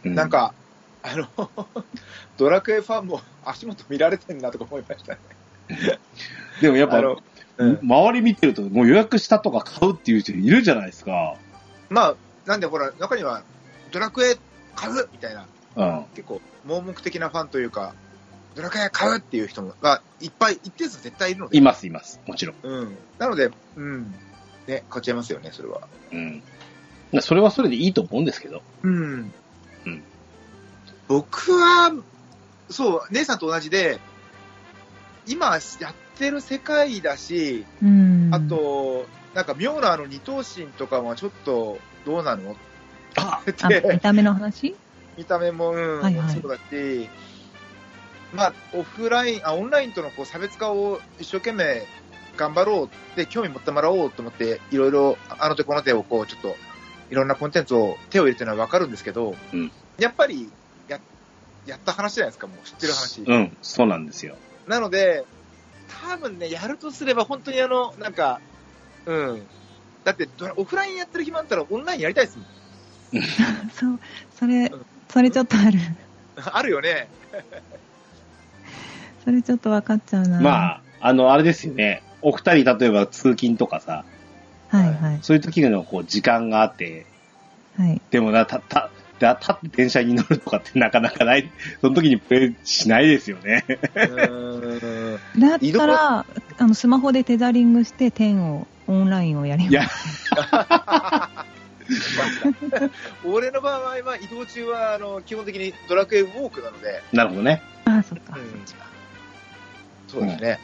う
なん、か、あの、 ドラクエファンも足元見られてるなとか思いましたね。
でもやっぱ
あ、の、うん
周り見てると、もう予約したとか買うっていう人いるじゃないですか。
まあ、なんでほら、中には、ドラクエ買うみたいな、
うん。
結構、盲目的なファンというか、ドラクエ買うっていう人も、がいっぱい、一定数絶対いるので、
います、います。もちろん。
うん。なので、うん。ね、買っちゃいますよね、それは。
うん。まあそれはそれでいいと思うんですけど。
うん。
うん
僕は、そう、姉さんと同じで、今やってる世界だし、
うん
あと、なんか妙なあの二頭身とかはちょっとどうなの
あ
あ見た目の話
見た目も、うん
はいはい
そうだし、まあ、オフライン、あ、オンラインとのこう差別化を一生懸命頑張ろうって、興味持ってもらおうと思って、いろいろ、あの手この手をこう、ちょっと、いろんなコンテンツを手を入れてるのはわかるんですけど、
うん
やっぱり、や、やった話じゃないですか、もう知ってる話。
うん、そうなんですよ。
なので、多分ね、やるとすれば本当にあの、なんか、うん。だってドラ、オフラインやってる暇あったらオンラインやりたいですもん。
そうそれ
うん
それちょっとある
あるよね。
それちょっと分かっちゃうな
まあ、あの、あれですよね。お二人、例えば通勤とかさ、
はいはい
そういう時のこう、時間があって、
はい
でもな、た、た、だ立って電車に乗るとかってなかなかない、その時にプレイしないですよね。
うーん
だっ
移動
たら、あのスマホでテザリングして10をオンラインをやり
いや
俺の場合は移動中はあの基本的にドラクエウォークなので、
なるほどね。
ああ、そっか。
うんそうですね、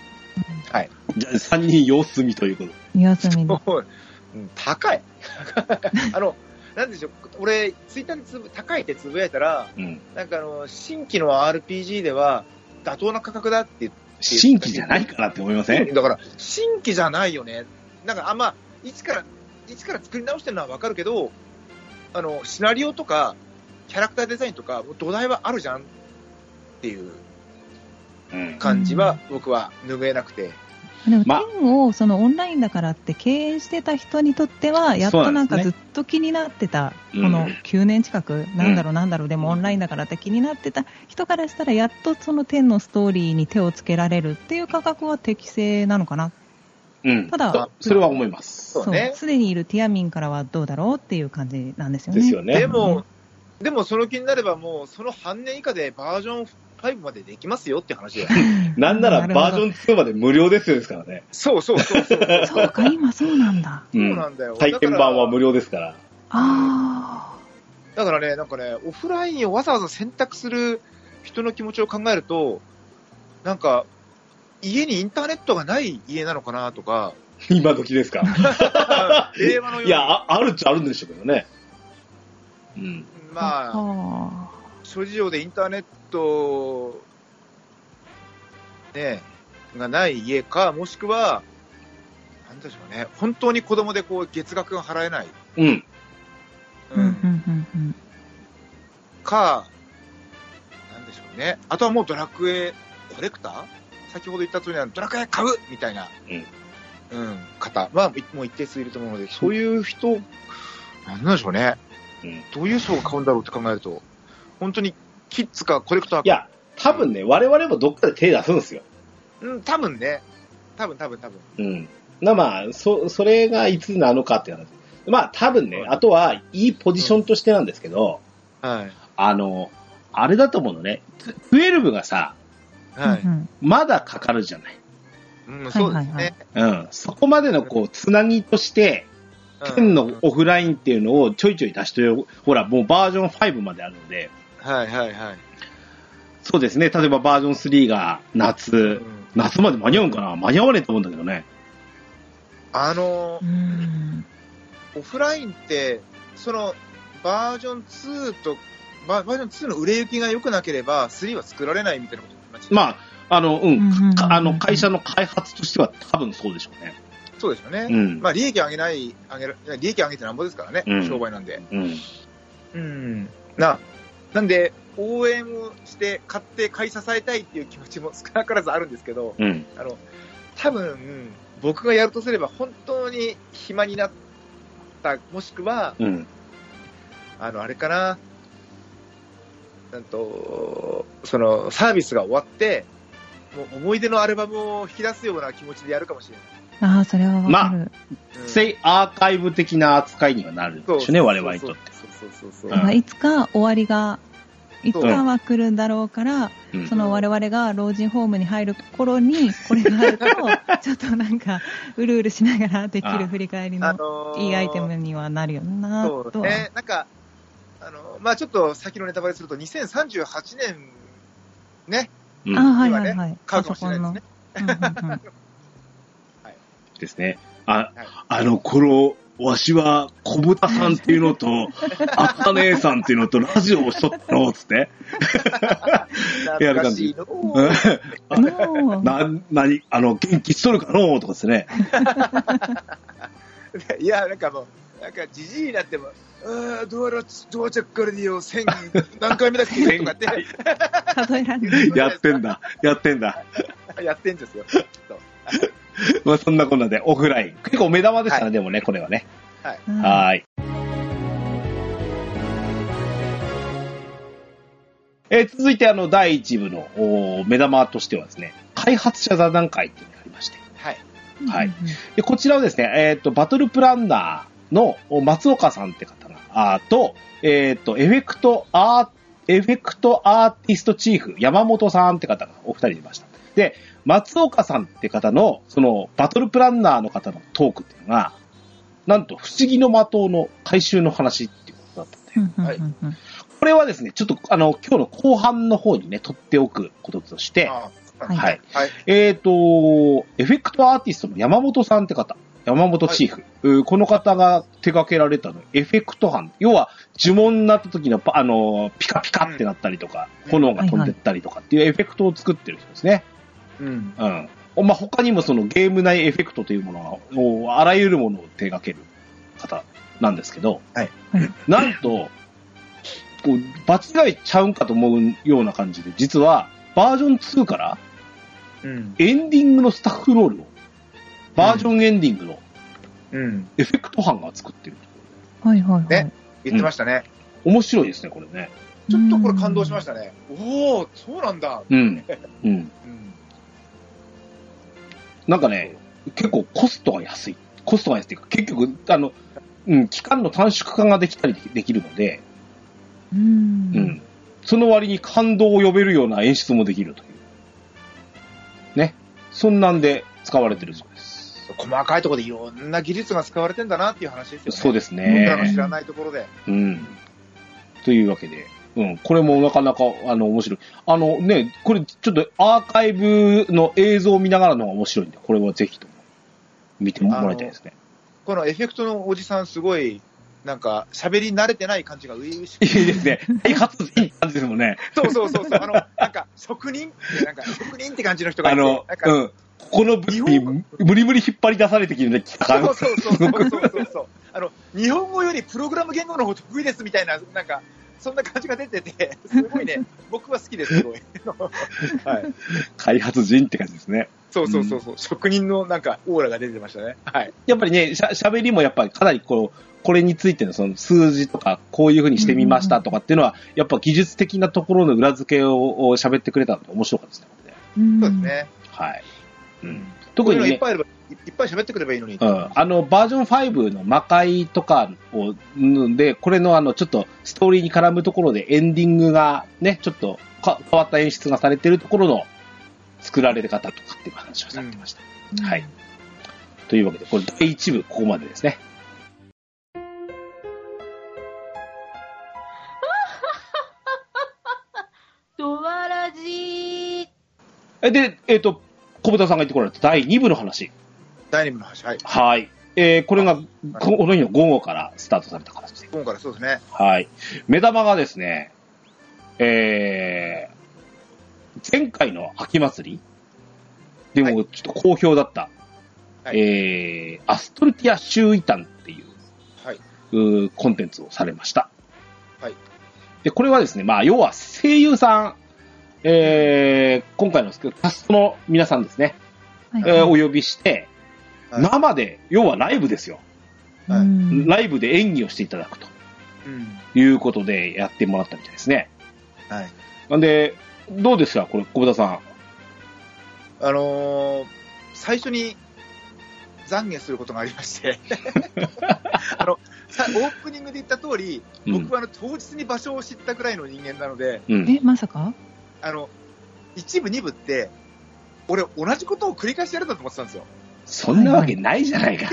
じゃあ、3人様子見ということ。
岩 住で。
もううん高い、 あのなんでしょう、俺、ツイッターでつぶ高いってつぶやいたら、
うん。
なんかあの新規の RPG では妥当な価格だって言っ
新規じゃないかなって思いませ
て、
ん
だから新規じゃないよね、なんかあんま一から、一から作り直してるのは分かるけど、あのシナリオとか、キャラクターデザインとか、もう土台はあるじゃんっていう
うん。
感じは、僕は拭えなくて。
でも、
ま
天をそのオンラインだからって経営してた人にとっては、やっとなんか
そうなんで
ずっと気になってた、
うん
この9年近く、なんだろうなんだろう、でもオンラインだからって気になってた人からしたら、やっとその天のストーリーに手をつけられるっていう価格は適正なのかな。
うん。
ただ
そそれは思います。
そうね
すでにいるティアミンからはどうだろうっていう感じなんですよね。
ですよね。
でも、でもその気になればもうその半年以下でバージョン5までできますよって話だよ。
なんならバージョ
ン。
ン2まで無料ですよですからね。
そうそうそうそう。そ
そうか、今そうなんだ。
う。
うんなんだよ。
体験版は無
理。
料ですから。
あ
だからね、なんかね、オフラインをわざわざ選択する人の気持ちを考えると、なんか、家にインターネットがない家なのかなと か、
今時ですか。
令和のように
いや、ああるっちゃあるんでしょうけどね。うん。
あ。
まあ、
ああ。
諸事情でインターネット、ねえ、がない家か、もしくは、なんでしょうね、本当に子供でこう月額が払えない、
うん。
う
うんんうんうんうん。
か、なんでしょうね、あとはもうドラクエコレクター先ほど言った通り、あのドラクエ買うみたいな、うん方はもう一定数いると思うので、そういう人、なんなんでしょうね、
うん
どういう層が買うんだろうって考えると、本当にキッズかコレクターか
いや、多分ね、我々もどっかで手出すんですよ。
うん、多分ね。多分多分多分。
うん。な、まあ、そ、それがいつなのかって話。まあ、多分ね、あとは、いいポジションとしてなんですけど、
はい。
あの、あれだと思うのね。つ12がさ、
は
う
い。
ん
まだかかるじゃない。
うん、そうです
はい
ね。
うん。そこまでの、こう、つなぎとして、天
うん
のオフラインっていうのをちょいちょい出してよ、ほら、もうバージョン5まであるので、
はいはいはい。
そうですね、例えばバージョン3が
う
夏、
ん
夏まで間に合うんかな間に合わねえと思うんだけどね。
あの
う、ん。
オフラインって、その、バージョン2と、ババージョン2の売れ行きが良くなければ、3は作られないみたいなことになっちゃう
まあ、あの、うん、
うんうんうん
かあの、会社の開発としては多分そうでしょうね。
そうですよね。
うん。
まあ、利益上げない、上げる、利益上げてなんぼですからね、
うん
商売なんで。
うん。
うん。な、なんで、応援をして、買って、買い支えたいっていう気持ちも少なからずあるんですけど、
うん。
あの、多分、僕がやるとすれば本当に暇になった、もしくは、
うん。
あの、あれかな、なんと、その、サービスが終わって、もう思い出のアルバムを引き出すような気持ちでやるかもしれない。
ああ、それはわかる。
うん
せい、アーカイブ的な扱いにはなるでしょうね、我々にとって。。
そうそうそうそう。
うん
まあいつか終わりが、いつ
そう
かは来るんだろうから、
うん
その我々が老人ホームに入る頃に、これがあると、 ちょっとなんか、うるうるしながらでき
ああ
る振り返り
あ
の
のー
いいアイテムにはなるよな
そ
と
う
は。
ね。なんか、あの、まあちょっと先のネタバレすると、2038年
うん
ああ、はいはいはい。
買うかもしれないですね。
パソコンの。うんうんうん
ですね。あ、
はい
あの頃、わしは小豚さんっていうのと、あかねえさんっていうのとラジオをしとったの、つって。
懐かしいのを
もう
な、なに、あの、元気しとるかのうとかですね。
いや、なんかもう、なんかじじいになっても、ああ、ドアラ、ドアチャッカルディを1000、何回目だっけとかって
数えられない。
やってんだ。やってんだ。
やってんですよ。
まあ、そんなこんなで、オフライン。結構目玉でしたね、
は
でもね、これはね。
うん
はーい。えー続いて、あの、第1部のおー目玉としてはですね、開発者座談会っていうのがありまして、
はい。
はいで、こちらはですね、えっ、と、バトルプランナーの松岡さんって方が、あーと、えっ、と、エフェクトアー、エフェクトアーティストチーフ、山本さんって方がお二人いました。で、松岡さんって方の、その、バトルプランナーの方のトークっていうのが、なんと、不思議の魔党の回収の話っていうことだったんで、
うんうん
はい
うんうん
これはですね、ちょっと、あの、今日の後半の方にね、取っておくこととして、
ああ
はい
はい。
はい。
えっ、と、エフェクトアーティストの山本さんって方、山本チーフ、うーこの方が手掛けられたの、エフェクト班。要は、呪文になった時のパ、あのー、ピカピカってなったりとか、
うん
炎が飛んでったりとかっていうエフェクトを作ってる人ですね。
うん。
うん。おまあ、他にもそのゲーム内エフェクトというものがお、あらゆるものを手掛ける方なんですけど、
はい
はい
なんと、こう、場違いちゃうんかと思うような感じで、実は、バージョン2から、
うん。
エンディングのスタッフロールを、バージョンエンディングの
うん。
エフェクト班が作ってる。
はいはいはい。。
ね言ってましたね。
面白いですね、これね。
ちょっとこれ感動しましたたね。おおそうなんだ。
うん。うん。
うん。
なんかね、結構コストが安い。コストが安いっていうか、結局、あの、うん、期間の短縮化ができたりできるので、
う。
うんん。その割に感動を呼べるような演出もできるという。ね。そんなんで使われてるそうです。
細かいところでいろんな技術が使われてんだなっていう話ですよね。
そうです
僕らの
ね
知。らないところで。
うん。というわけで、うん、これもなかなか、あの、面白い。あのね、これ、ちょっとアーカイブの映像を見ながらの方が面白いんで、これはぜひとも見てもらいたいですね。
このエフェクトのおじさん、すごい、なんか、喋り慣れてない感じが初々し
い
く
いですね。開発、いい感じですもんね。
そうそうそうそう、あの、なんか、職人ってなんか、職人って感じの人がい
あ
て、
の
なん、か、
うん。ここの部に無理無理引っ張り出されてきてきた感
そ
じ
う。そうそうそうそうそうそう、あの、日本語よりプログラム言語の方得意ですみたいな、なんか、そんな感じが出てて、すごいね、僕は好きです、すごい。はい。
開発人って感じですね。
そうそうそうそう、職人のなんか、オーラが出てましたね。はい。
やっぱりね、しゃ喋りもやっぱりかなりこう、これについてのその数字とか、こういうふうにしてみましたとかっていうのは、やっぱ技術的なところの裏付けをを喋ってくれたので面白かったですね。これね
うん
そうです。ね。
はい。う
うん
ん。特に
こういうのいっ
ね、
ぱいあれば、いいっぱい喋ってくればいいのに。
うん、あの、バージョン5の魔界とかを、んで、これのあの、ちょっとストーリーに絡むところでエンディングがね、ちょっとか変わった演出がされてるところの作られ方とかっていう話をされてました。はい。というわけで、これ第1部、ここまでですね。
ドワラジー。
えで、えっ、と、小豚さんが言ってこられた第2部の話。
第二部の話、はい。
はい。えーこれが、ここの日の午後からスタートされた形で。
今からそうですね。
はい。目玉がですね、えー、前回の秋祭りでもちょっと好評だった、
はい
えー、アストルティア周囲端っていう
はい。
うーコンテンツをされました。
はい。
で、これはですね、まあ、要は声優さん、えー、今回のキャストの皆さんですね、
はい
えーお呼びして、
はい
生で、要はライブですよ。
うん
ライブで演技をしていただくと
うん。
いうことでやってもらったみたいですね。
はい。
なんで、どうですか、これ、小田さん。
あのー最初に懺悔することがありまして、あのさオープニングで言った通り、
うん
僕はあの当日に場所を知ったぐらいの人間なので、
うん。
え、まさか
あの一部、二部って、俺、同じことを繰り返しやるんだと思ってたんですよ。
そんなわけないじゃないか。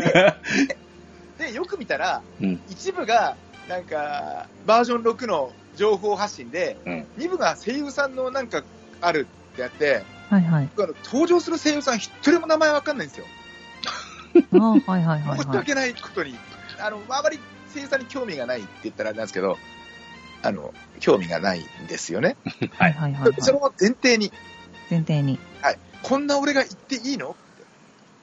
で、よく見たら、
うん
一部がなんかバージョン6の情報発信で、
うん
二部が声優さんのなんかあるってやって、
はいはい。
僕あの登場する声優さん、一人も名前わかんないんですよ。
ああ、はいはいはい
申し
は
訳ないことに、あの、あまり声優さんに興味がないって言ったらあれなんですけど、あの、興味がないんですよね。
はい
い。はいはいはい。
その前提に、
前提に。
こんな俺が言っていいの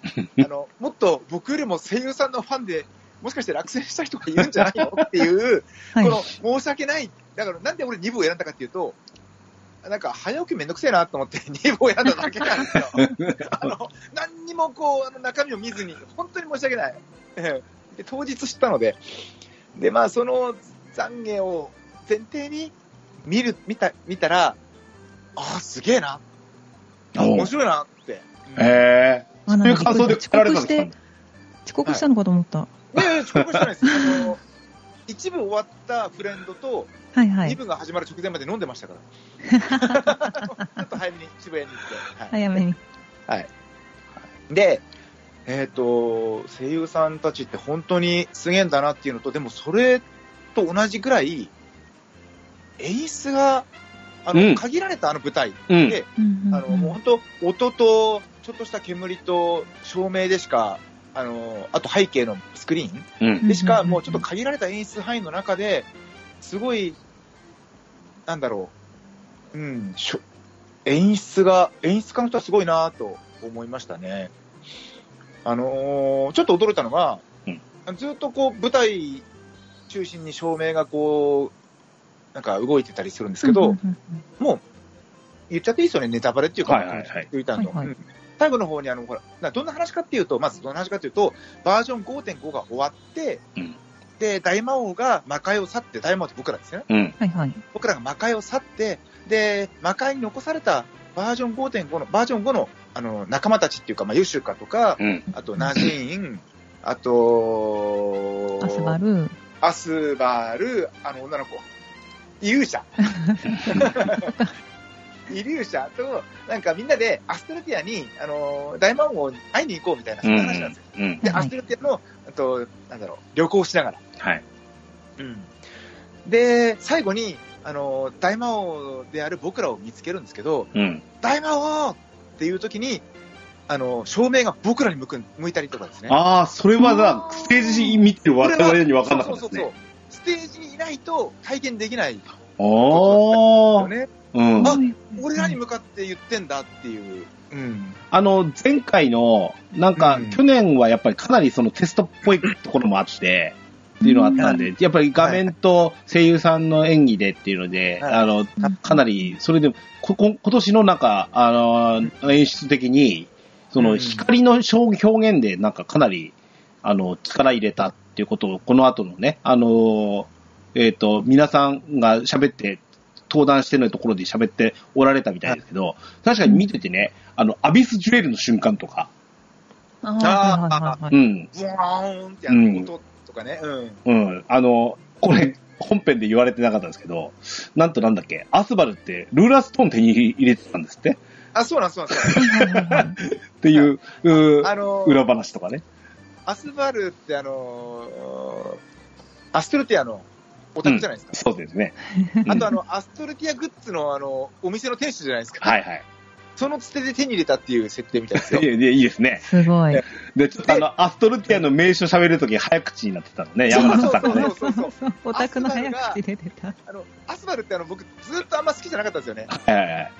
ってあの、もっと僕よりも声優さんのファンで、もしかして落選した人がいるんじゃないのっていう、
はい。
この、申し訳ない。だから、なんで俺2部を選んだかっていうと、なんか、早起きめんどくせえなと思って 2部を選んだだけなんですよ。あの、何にもこう、あの中身を見ずに、本当に申し訳ない。ええで、当日知ったので、で、まあ、その懺悔を前提に見る、見た、見たら、ああ、すげえな。あ
おう
面白いなって。うん
へー
あ
と
ないん
う
か
感想で
遅
語られ
刻
たん
し
です
て
か、
遅刻したのかと思った。
いやいや、遅刻してないです。あの一部終わったフレンドと、
はいは
二
い。
部が始まる直前まで飲んでました から。ちょっと早めに渋谷に行って。はい
早めに。
で、えっ、と、声優さんたちって本当にすげえんだなっていうのと、でもそれと同じぐらい、演出が、あの、
うん
限られたあの舞台
うん。
で、
うんうん
あの、もう本当、音と、ちょっとした煙と照明でしか、あの、あと背景のスクリーン
うん。
でしか、
うん
もうちょっと限られた演出範囲の中で、すごい、なんだろう、うん、しょ演出が、演出家の人はすごいなと思いましたね。あのーちょっと驚いたのが、
うん
ずっとこう、舞台中心に照明がこう、なんか動いてたりするんですけど、
うんうん
言っちゃっていいですよね、ネタバレっていうか、
はいはいはい
言いたの、
はいはい
うん最後の方にあの、ほら、などんな話かっていうと、まずどんな話かっていうと、バージョン5.5が終わって、
うん
で、大魔王が魔界を去って、大魔王って僕らですよね。
うん。
はいはい。
僕らが魔界を去って、で、魔界に残されたバージョン5.5の、バージョン5の、あの、仲間たちっていうか、まあ、ヨシュカとか、
うん。
あと、ナジーン、あと、
アスバル。
アスバル、あの女の子、イリュー シャ。イリューシャと、なんかみんなでアストルティアに、あのー大魔王に会いに行こうみたいな、そ
うんん
な話なんですよ。。
うん。
で、
はい
アストルティアの、あと、なんだろう、旅行しながら。
はい。
で、最後に、あのー大魔王である僕らを見つけるんですけど、
うん。
大魔王っていう時に、あのー照明が僕らに向くん向いたりとかですね。
ああ、それはな、ステージ見てる我々に分かんなかったです
そうそうそうそう
ね。
ステージにいないと体験できない
あ
よね。
あ。うん。
あ俺らに向かって言ってんだっていう。うん。
あの、前回の、なんか
うん、
去年はやっぱりかなりそのテストっぽいところもあって、っていうのがあったんで、やっぱり画面と声優さんの演技でっていうので、
はい
あの、かなり、それで、こ、こ今年のなんか、あの、演出的に、そうの
ん
光の表表現で、なんかかなり、あの、力入れたっていうことを、この後のね、あの、えっ、と、皆さんが喋って、登壇してるところで喋っておられたみたいですけど、確かに見ててね、あの、アビスジュエルの瞬間とか、
あーはいはいは
う
い
ん、
ブワーンってやる音とかね。うん。
うん、あの、これ、本編で言われてなかったんですけど、なんとなんだっけ、アスバルってルーラーストーン手に入れてたんですって
あ、そうなんそうなんそう
はいはいはいはい。
っていう、う
なん。あ
ー
のー、
裏話とかね。
アスバルってあのーアストルティアのオタクじゃないですか。
そうですね。
あとあ
の、
の、アストルティアグッズのあの、お店の店主じゃないですか。
はいはい。
そのつてで手に入れたっていう設定みたいです
い
よ。
やいやいいですね。
すごい。
で、ちょっとあの、アストルティアの名所喋るとき早口になってたのね、
そう
山中さんがね。
そうそうそ
オタクの早口で出た。
あの、アスバルってあの、僕ずっとあんま好きじゃなかったんですよね。
はいはいはい。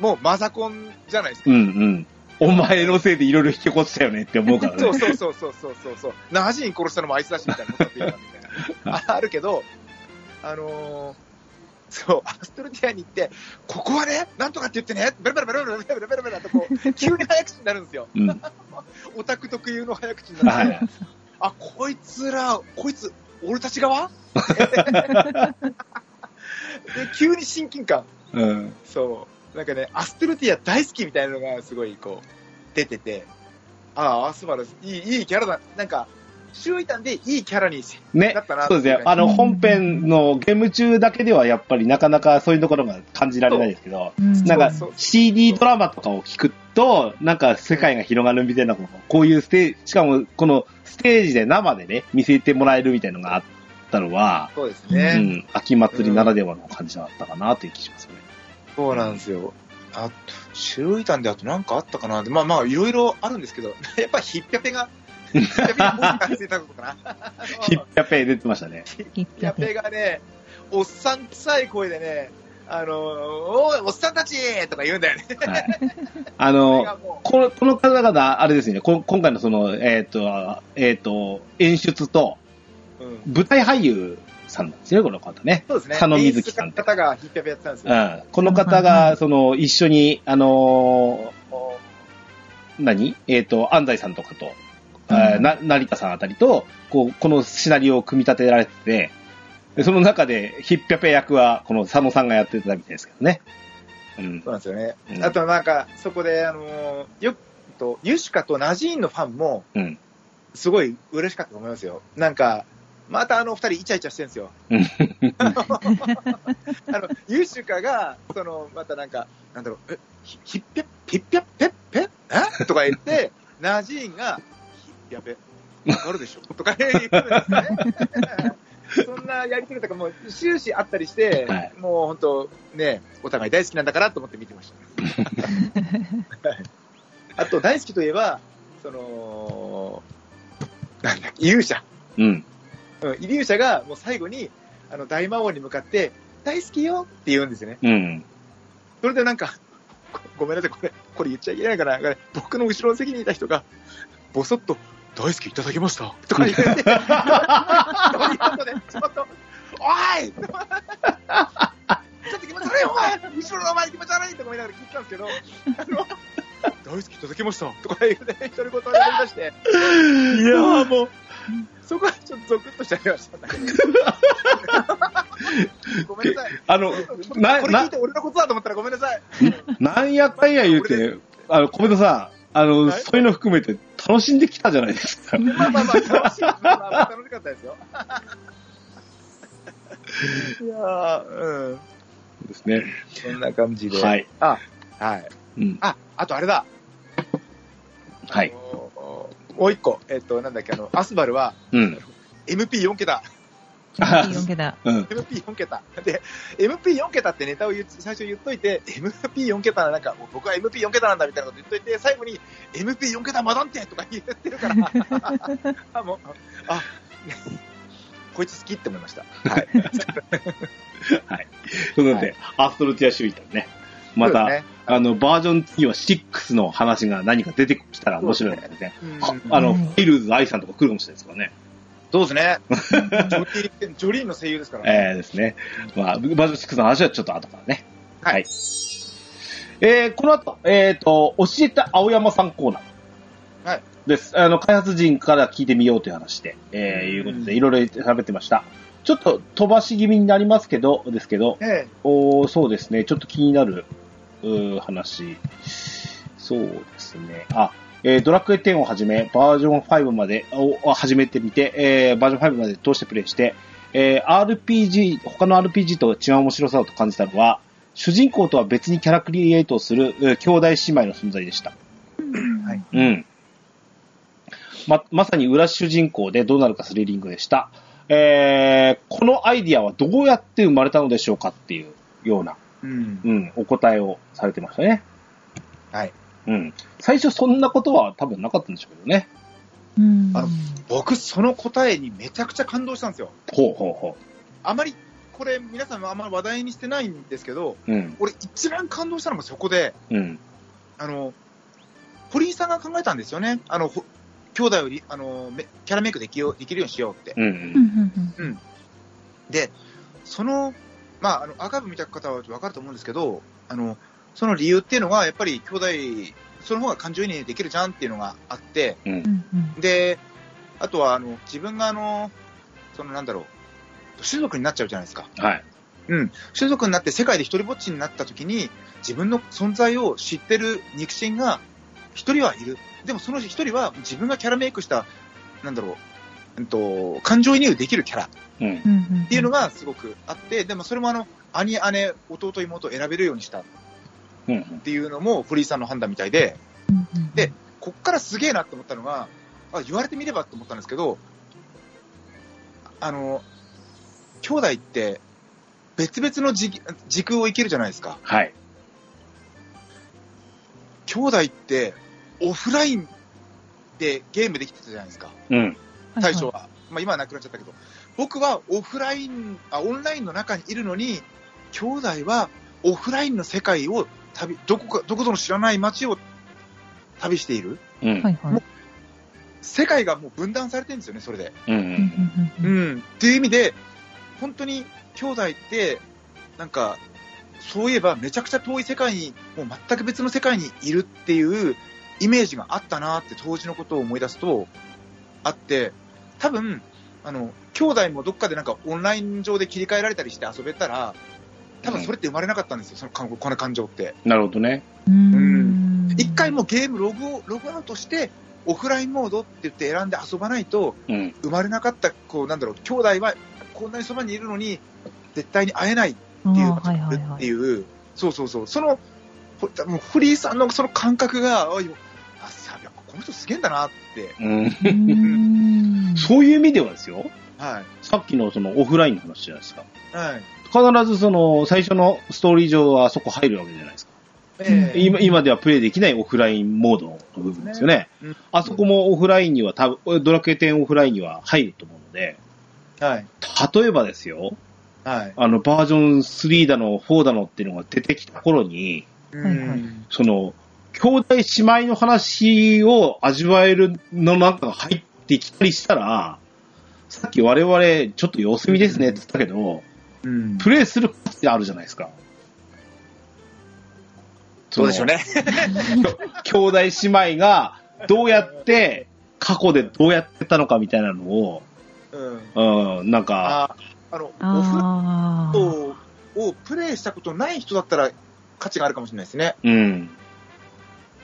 もうマザコンじゃないですか。
うんうん。お前のせいでいろいろ引き起こしたよねって思うから
そう
ね。
そうそうそうそうそうそう。ナジン殺したのもあいつだしみたいなことっていうかみ たいな。ああるけど、あのーそう、アストルティアに行って、ここはね、なんとかって言ってね、ベラベラベラベラベラベラベラベラとこ う、急に早口になるんですよ。
うん。
オタク特有の早口にな
は
っ
い
て、
はい。
あ、こいつら、こいつ、俺たち 側で、急に親近感。
うん。
そう。なんかね、アストルティア大好きみたいなのがすごいこう、出てて、ああ、アスバル、いい、いいキャラだ。なんか、周囲端でいいキャラにし
ね
だったな、
そうですね。あの、本編のゲーム中だけではやっぱりなかなかそういうところが感じられないですけど、
うん
なんか
そうそう
CD ドラマとかを聞くと、なんか世界が広がるみたいなこと、こういうステージ、しかもこのステージで生でね、見せてもらえるみたいなのがあったのは、
そうです
う
ね。
ん、秋祭りならではの感じだったかなという気しますね。
そうなんですよ。あ、周囲端であとなんかあったかなでまあまあ、いろいろあるんですけど、 やっぱヒッピャペが、ヒッピャペが多く感じてたことかな。あの
ヒッピャペ出てましたね。
一
や
匹
べがね、おっさん臭い声でね、あのー、おい、おっさんたちとか言うんだよね。
はい。あ
そ
の
れ、がも
このこの方々、あれですね、こ今回のその、えっ、と、えっ、と、演出と、
う、うん、
舞台俳優さんなんですね、この方ね。
そうですね。
佐野水木さん
演
っ
出
て
家の方がヒッピャペやってたんです
う
よ。
ん。この
は
方
いはいは
が、その、一緒に、あのー何えっ、と、安西さんとかと、あーな、成田さんあたりと、こう、このシナリオを組み立てられてて、でその中で、ヒッピャペ役は、この佐野さんがやってたみたいですけどね。うん
そう。なんですよね。
うん
あとなんか、そこで、あのーよっと、ユシカとナジーンのファンも、
うん。
すごい嬉しかったと思いますよ。なんか、またあの二人イチャイチャしてるんですよ。 あの、ユーシュカが、その、またなんか、なんだろう、え、ひひっぴゃ、ぴっぴゃ、ぺっぺえとか言って、ナジーンが、やべ、わかるでしょとか言うんですね。そんなやりとりとかも終始あったりして、
はい
もう本当ね、お互い大好きなんだからと思って見てま した。はいあと大好きといえば、その、なんだっけ、勇者。
うん。
うん、イリューシャがもう最後に、あの、大魔王に向かって、大好きよって言うんですよね。
うん。
それでなんか、 ごごめんなさい、これ、これ言っちゃいけないから、僕の後ろの席にいた人が、ぼそっと、大好きいただきましたとか言って、ということで、ちょっと、おい ちょっと気持ち悪い、お前後ろのお前気持ち悪いと思いながら聞いてたんですけど、あの、大好きいただきましたとか言って、一人言を言い出して、いやーもう、そこはちょっとゾクッとしちゃいましたね。ごめんなさい。
あの、な、
これ聞
な、
いて俺のことだと思ったらごめんなさい。
なんやかんや言うて、あの、小梅田さん、あの、
はい
そういうの含めて楽しんできたじゃないですか。
まあまあまあ、楽しい。まあまあ楽しかったですよ。いやー、うん。
ですね。
そんな感じで。。
はいい。
はい。
うん。
あ、あとあれだ。
はい
あのー。もう一個、えっと、なんだっけ、あの、アスバルは
うん。
MP4 桁。
あ
4桁。
うん
MP4 桁。で、MP4 桁ってネタを言う最初言っといて、MP4 桁なんか、僕は MP4 桁なんだみたいなこと言っといて、最後に MP4 桁マダンテとか言ってる から、あ、もう、あ、こいつ好きって思いました。はい。
ということで、アストロティアシュイターね。また、
そうですね
あの、バージョン次は6の話が何か出てきたら面白いのでね。
うん
あの、
うん
フィルズ愛さんとか来るかもしれないですからね。
そうです ね。ジョリー、ジョリーンの声優ですからね。
えー、ですね。まあ、バージョン6の話はちょっと後からね。
はい
えー、この後、えっ、と、教えた青山さんコーナー。
はい。
です。あの、開発人から聞いてみようという話で、えー、いうことで、いろいろ喋ってました。ちょっと飛ばし気味になりますけど、ですけど、
ええ
おーそうですね。ちょっと気になる、うー話。そうですね。あ、えードラクエ10をはじめ、バージョン5まで、を始めてみて、えーバージョン5まで通してプレイして、えー RPG、他の RPG と違う面白さをと感じたのは、主人公とは別にキャラクリエイトをする、えー兄弟姉妹の存在でした。
はい
うん。ま、まさに裏主人公でどうなるかスリリングでした。えーこのアイディアはどうやって生まれたのでしょうかっていうような、
うん。
うん、お答えをされてましたね。
はい。
うん。最初そんなことは多分なかったんでしょうけどね。
うん
あの僕、その答えにめちゃくちゃ感動したんですよ。
ほうほうほ
あまり、これ皆さんあんまり話題にしてないんですけど、
う。うん。
俺一番感動したのがそこで、
うん。
あの、堀井さんが考えたんですよね。あの、ほ兄弟より、あの、めキャラメイクできようできるようにしようって。
うんう
うん
ん。
うん
で、その、まあ、あの、アーカイブ見た方はわかると思うんですけど、あの、その理由っていうのは、やっぱり兄弟、その方が感情移入できるじゃんっていうのがあって、
うん
う。んうん
で、あとは、あの、自分が、あの、その、なんだろう、種族になっちゃうじゃないですか。
はい。
種族になって世界で一人ぼっちになった時に自分の存在を知ってる肉親が一人はいるでもその一人は自分がキャラメイクしたなんだろう、うんと、感情移入できるキャラっ
うん
う。んうん
ていうのがすごくあってでもそれもあの兄姉弟妹を選べるようにしたっ
うん。
ていうのも堀井さんの判断みたいで
うんうん
でこっからすげえなと思ったのがあ言われてみればと思ったんですけどあの兄弟って別々の時時空を生きるじゃないですか。
はい。
兄弟ってオフラインでゲームできてたじゃないですか、
うん。
最初は。まあ今はなくなっちゃったけど、僕はオフラインあ、オンラインの中にいるのに、兄弟はオフラインの世界を旅、どこか、どこぞの知らない街を旅している。
うん。
はいはい。はいはい
世界がもう分断されてるんですよね、それで。
うんう
うん
ん。
うん
う
うん
ん。っていう意味で、本当に兄弟って、なんか、そういえばめちゃくちゃ遠い世界に、もう全く別の世界にいるっていうイメージがあったなって当時のことを思い出すと、あって、多分、あの、兄弟もどっかでなんかオンライン上で切り替えられたりして遊べたら、多分それって生まれなかったんですよ、その感この感情って。
なるほどね。
うん
一回もうゲームログをログアウトして、オフラインモードって言って選んで遊ばないと、
うん。
生まれなかった、こう、なんだろう、兄弟はこんなにそばにいるのに、絶対に会えないっ
あ
ていう、
あはいはいは
って
い。
いう、そうそうそう、その、ほもう堀井さんのその感覚が、あ、いやあさやっぱこの人すげえんだなって、
うん。
うーん
そういう意味ではですよ。
はい、
さっきのそのオフラインの話じゃないですか。
はい、
必ずその最初のストーリー上はあそこ入るわけじゃないですか。
ええ
今今ではプレイできないオフラインモードの部分ですよね。
うん
あそこもオフラインには多分、ドラクエ10オフラインには入ると思うので、
はい、
例えばですよ、
はい、
あのバージョン3だの4だのっていうのが出てきた頃に、
う
はいはい
ん、
その、兄弟姉妹の話を味わえるのなんかが入ってきたりしたら、さっき我々ちょっと様子見ですねって言ったけど、
うん、
プレイする価値あるじゃないですか。
そうでしょうね。
兄弟姉妹がどうやって、過去でどうやってたのかみたいなのを、
うん、
うん、なんか、
ああの、オフラ
あ
インモ
あ。
ードをプレイしたことない人だったら価値があるかもしれないですね。
うん、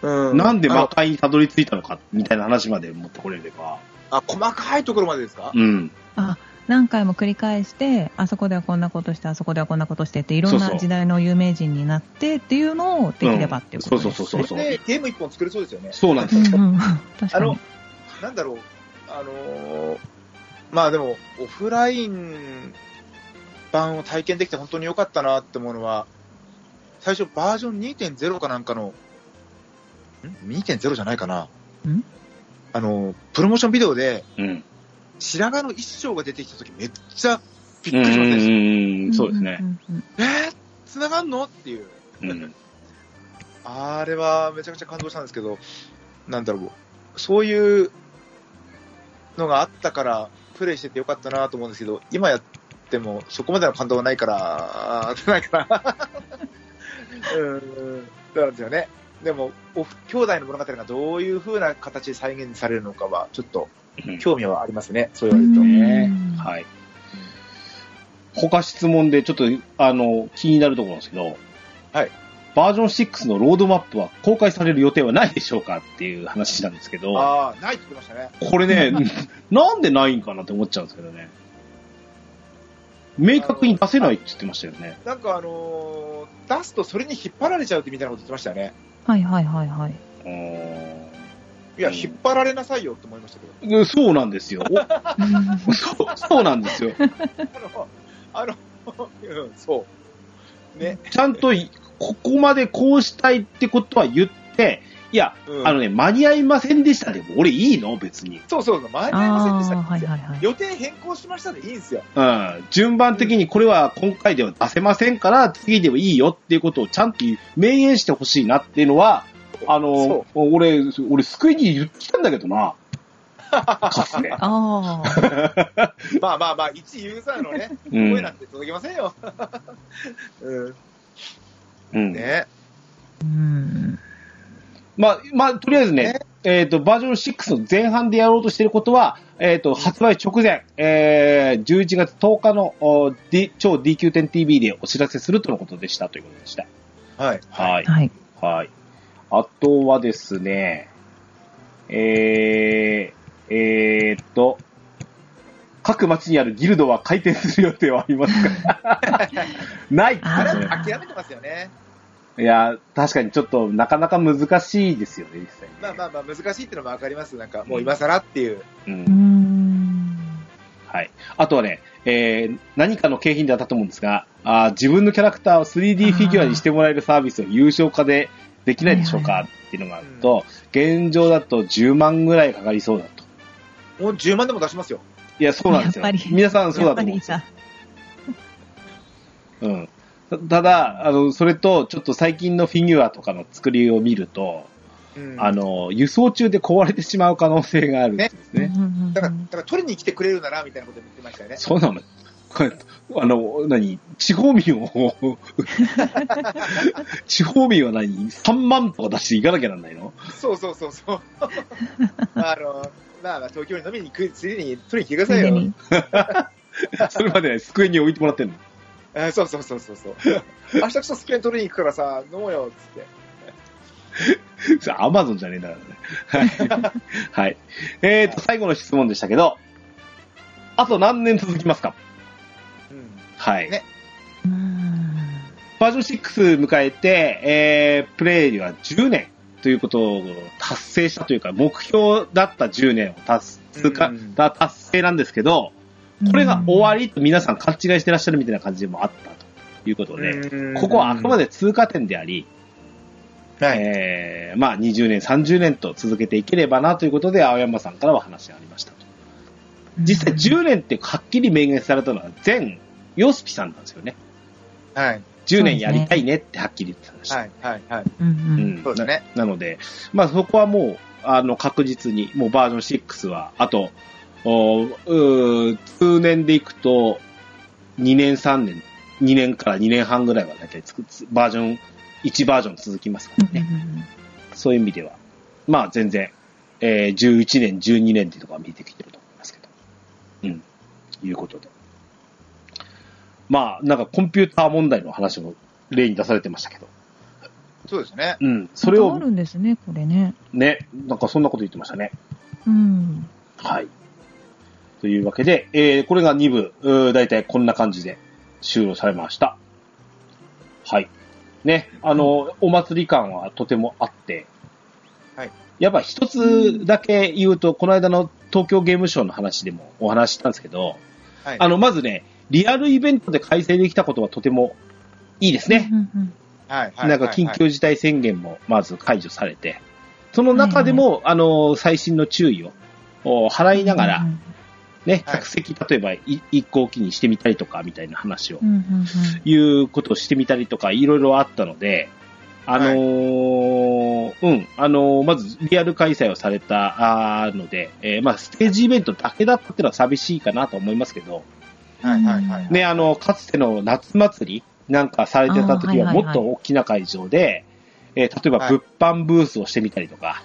うん、
なんで魔
あ
界にたどり着いたのかみたいな話まで持ってこれれば、
あ細かいところまでですか、
うん、
何回も繰り返して、あそこではこんなことして、あそこではこんなことしてって、いろん
そうそ
な
う
時代の有名人になってっていうのをできればっていうことです、ね
うんそうそうそうそう
でゲーム一本作れそうですよね。
そうなんですよ。
うんうん確
あ
か
の
に。、
なんだろう、あのーまあでも、オフライン版を体験できて本当に良かったなって思うのは、最初バージョン2.0かなんかの、ん ?2.0 じゃないかな。
ん
あのー、プロモーションビデオで、
うん、
白髪の一生が出てきた時めっちゃびっく
うん
りしましたね。
うんそうですね
ん。んうん
えー、繋がんのっていう。
うん
あれはめちゃくちゃ感動したんですけど、なんだろう、そういうのがあったから、プレイしててよかったなと思うんですけど、今やってもそこまでの感動はないから、あーないから、 うん、そうなんですよね。でも、お兄弟の物語がどういう風な形で再現されるのかは、ちょっと
うん
興味はありますね、そう
う
言われると。
ね
ん
はい。他質問でちょっと、あの、気になるところなんですけど、
はい。
バージョン6のロードマップは公開される予定はないでしょうかっていう話なんですけど、
ああ、ないって言ってましたね。
これね、 なんでないんかなって思っちゃうんですけどね。明確に出せないって言ってましたよね。
なんかあのー出すとそれに引っ張られちゃうってみたいなこと言ってましたよね。
はいはいはいはい。
うーん
いや、
うん
引っ張られなさいよって思いましたけど。
でそうなんですよ。おそうそうなんですよ。
あの、あの、うん、そう。ね。
ちゃんとい、ここまでこうしたいってことは言って、いや、
うん、
あのね、間に合いませんでしたでも、俺いいの別に。
そうそうそう、間に合いませんでした
ああ、はいはいはい。
予定変更しましたでいいんですよ。
うん。順番的にこれは今回では出せませんから、次でもいいよっていうことをちゃんと明言してほしいなっていうのは、あの
そ、
俺、俺、救いに言ってたんだけ どな。かつね。
ああ。
まあまあまあ、一ユーザーのね、
う
声なん
ん。
て届きませんよ。 うん、
うん
ね。
うん。
まあ、まあ、とりあえずね、えっ、と、バージョン6の前半でやろうとしていることは、えっ、と、発売直前、えー、11月10日の、お D、超 DQ10TV でお知らせするとのことでした、ということでした。
はい。
はい。
はい。
はい。あとはですね、えー、えーっと、各町にあるギルドは開店する予定はありますかないって
あ
あ
れ、
ね
諦めてますよね。
いや、確かにちょっとなかなか難しいですよね、実際ね。
まあまあまあ、難しいってのもわかります。なんか、もう今更っていう。
う。
うんん。
はい。あとはね、えー、何かの景品だったと思うんですが、あー自分のキャラクターを 3D フィギュアにしてもらえるサービスを優勝化でできないでしょう
はい
かっていうのがあると、現状だと10万ぐらいかかりそうだと。
もう10万でも出しますよ。
いや、そうなんですよ
やっぱ。り
皆さんそうだと思う
や
ん
っ
で
ぱ
すよう
りさ。
ん。たただ、あの、それと、ちょっと最近のフィギュアとかの作りを見ると、
うん、
あの、輸送中で壊れてしまう可能性があるんですね。
うんうんうん
だから、だから取りに来てくれるなら、みたいなこと言ってましたよね。
そうなの。 これあの、何地方民を、地方民は何 ?3 万とか出していかなきゃなんないの
そうそうそうそう。あの、まあまあ、東京に飲みに行く、ついでに取りに来てくだ
つ
さ
い
い
で
よ。
に。
それまで机に置いてもらってんの。
えそうそうそうそうそう。明日ちょっとスペイン取りに行くからさ、飲もうよ、つって。
それアマゾンじゃねえんだからね。 はい。はい。えーと、最後の質問でしたけど、あと何年続きますか
うん。
はい。
ね
うーん
バージョン6迎えて、えー、プレイには10年ということを達成したというか、目標だった10年を達通過、
うん
だ達成なんですけど、これが終わりと皆さん勘違いしてらっしゃるみたいな感じもあったということで、ここはあくま
で、
で通過点であり、
はい。
えーまあ20年、30年と続けていければなということで、青山さんからは話がありましたと。実際10年ってはっきり明言されたのは前、ヨスピさんなんですよね。
はい。
10年やりたいねってはっきり言ってたんです。
はい。はい。はい。
うんう
うんん
そうだね
ななので、まあそこはもう、あの、確実に、もうバージョン6は、あと、おうー通年でいくと、2年3年、2年から2年半ぐらいは大体つく、つバージョン、1バージョン続きますからね。そういう意味では、まあ全然、えー、11年、12年っていうところは見えてきてると思いますけど。うん。いうことで。まあ、なんかコンピューター問題の話も例に出されてましたけど。
そうですね。
うん。そ
そ
れ
れを。あ
を
るんですね、これね。
ね、なんかそんなこと言ってましたね。
うん。
はい。というわけで、えー、これが2部、うー大体こんな感じで終了されました。はい。ね、あの、お祭り感はとてもあって、
はい。
やっぱ一つだけ言うと、この間の東京ゲームショウの話でもお話ししたんですけど、
はい。
あの、まずね、リアルイベントで開催できたことはとてもいいですね。
うんうん
はい。はい。
なんか緊急事態宣言もまず解除されて、その中でも、あの、最新の注意をお払いながら、ね、
はい
客席、例えばい一個おきにしてみたりとか、みたいな話を、
うんうんうん
いうことをしてみたりとか、いろいろあったので、あのーうん、あのーまずリアル開催をされたあーので、えーまあ、ステージイベントだけだったってのは寂しいかなと思いますけど、
はい。はい。はい。
ね、あの、かつての夏祭りなんかされてた時は
あーはいはいはい
もっと大きな会場で、えー例えば
はい
物販ブースをしてみたりとか、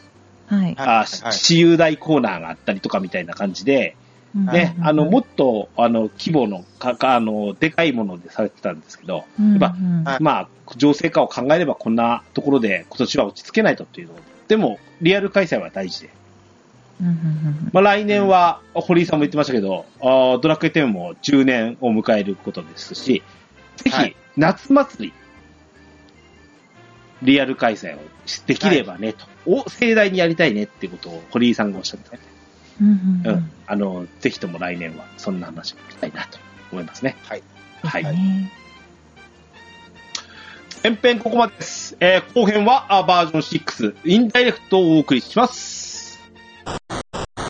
はい。
はい
あーし私有大コーナーがあったりとかみたいな感じで、ね、あの、も
っ
っと、あの、規模の、か、か、あの、でかいものでされてたんですけど、
と、
っぱ
うんうん
はい
まあ、情勢化を考えればこんなところで今年は落ち着けないとっていうので。でも、リアル開催は大事で。
うんうん
まあ、来年は、堀井さんも言ってましたけど、あードラクエ10も10年を迎えることですし、ぜ
は
ひ
い、
夏祭り、リアル開催をできればね、と。を盛大にやりたいねってことを堀井さんがおっしゃってた。
うんうんうん
う
うんん。
あの、ぜひとも来年はそんな話をしたいなと思いますね。
はい。
はい。
ね
前編ここまでです。えー後編はあバージョン6インダイレクトをお送りします。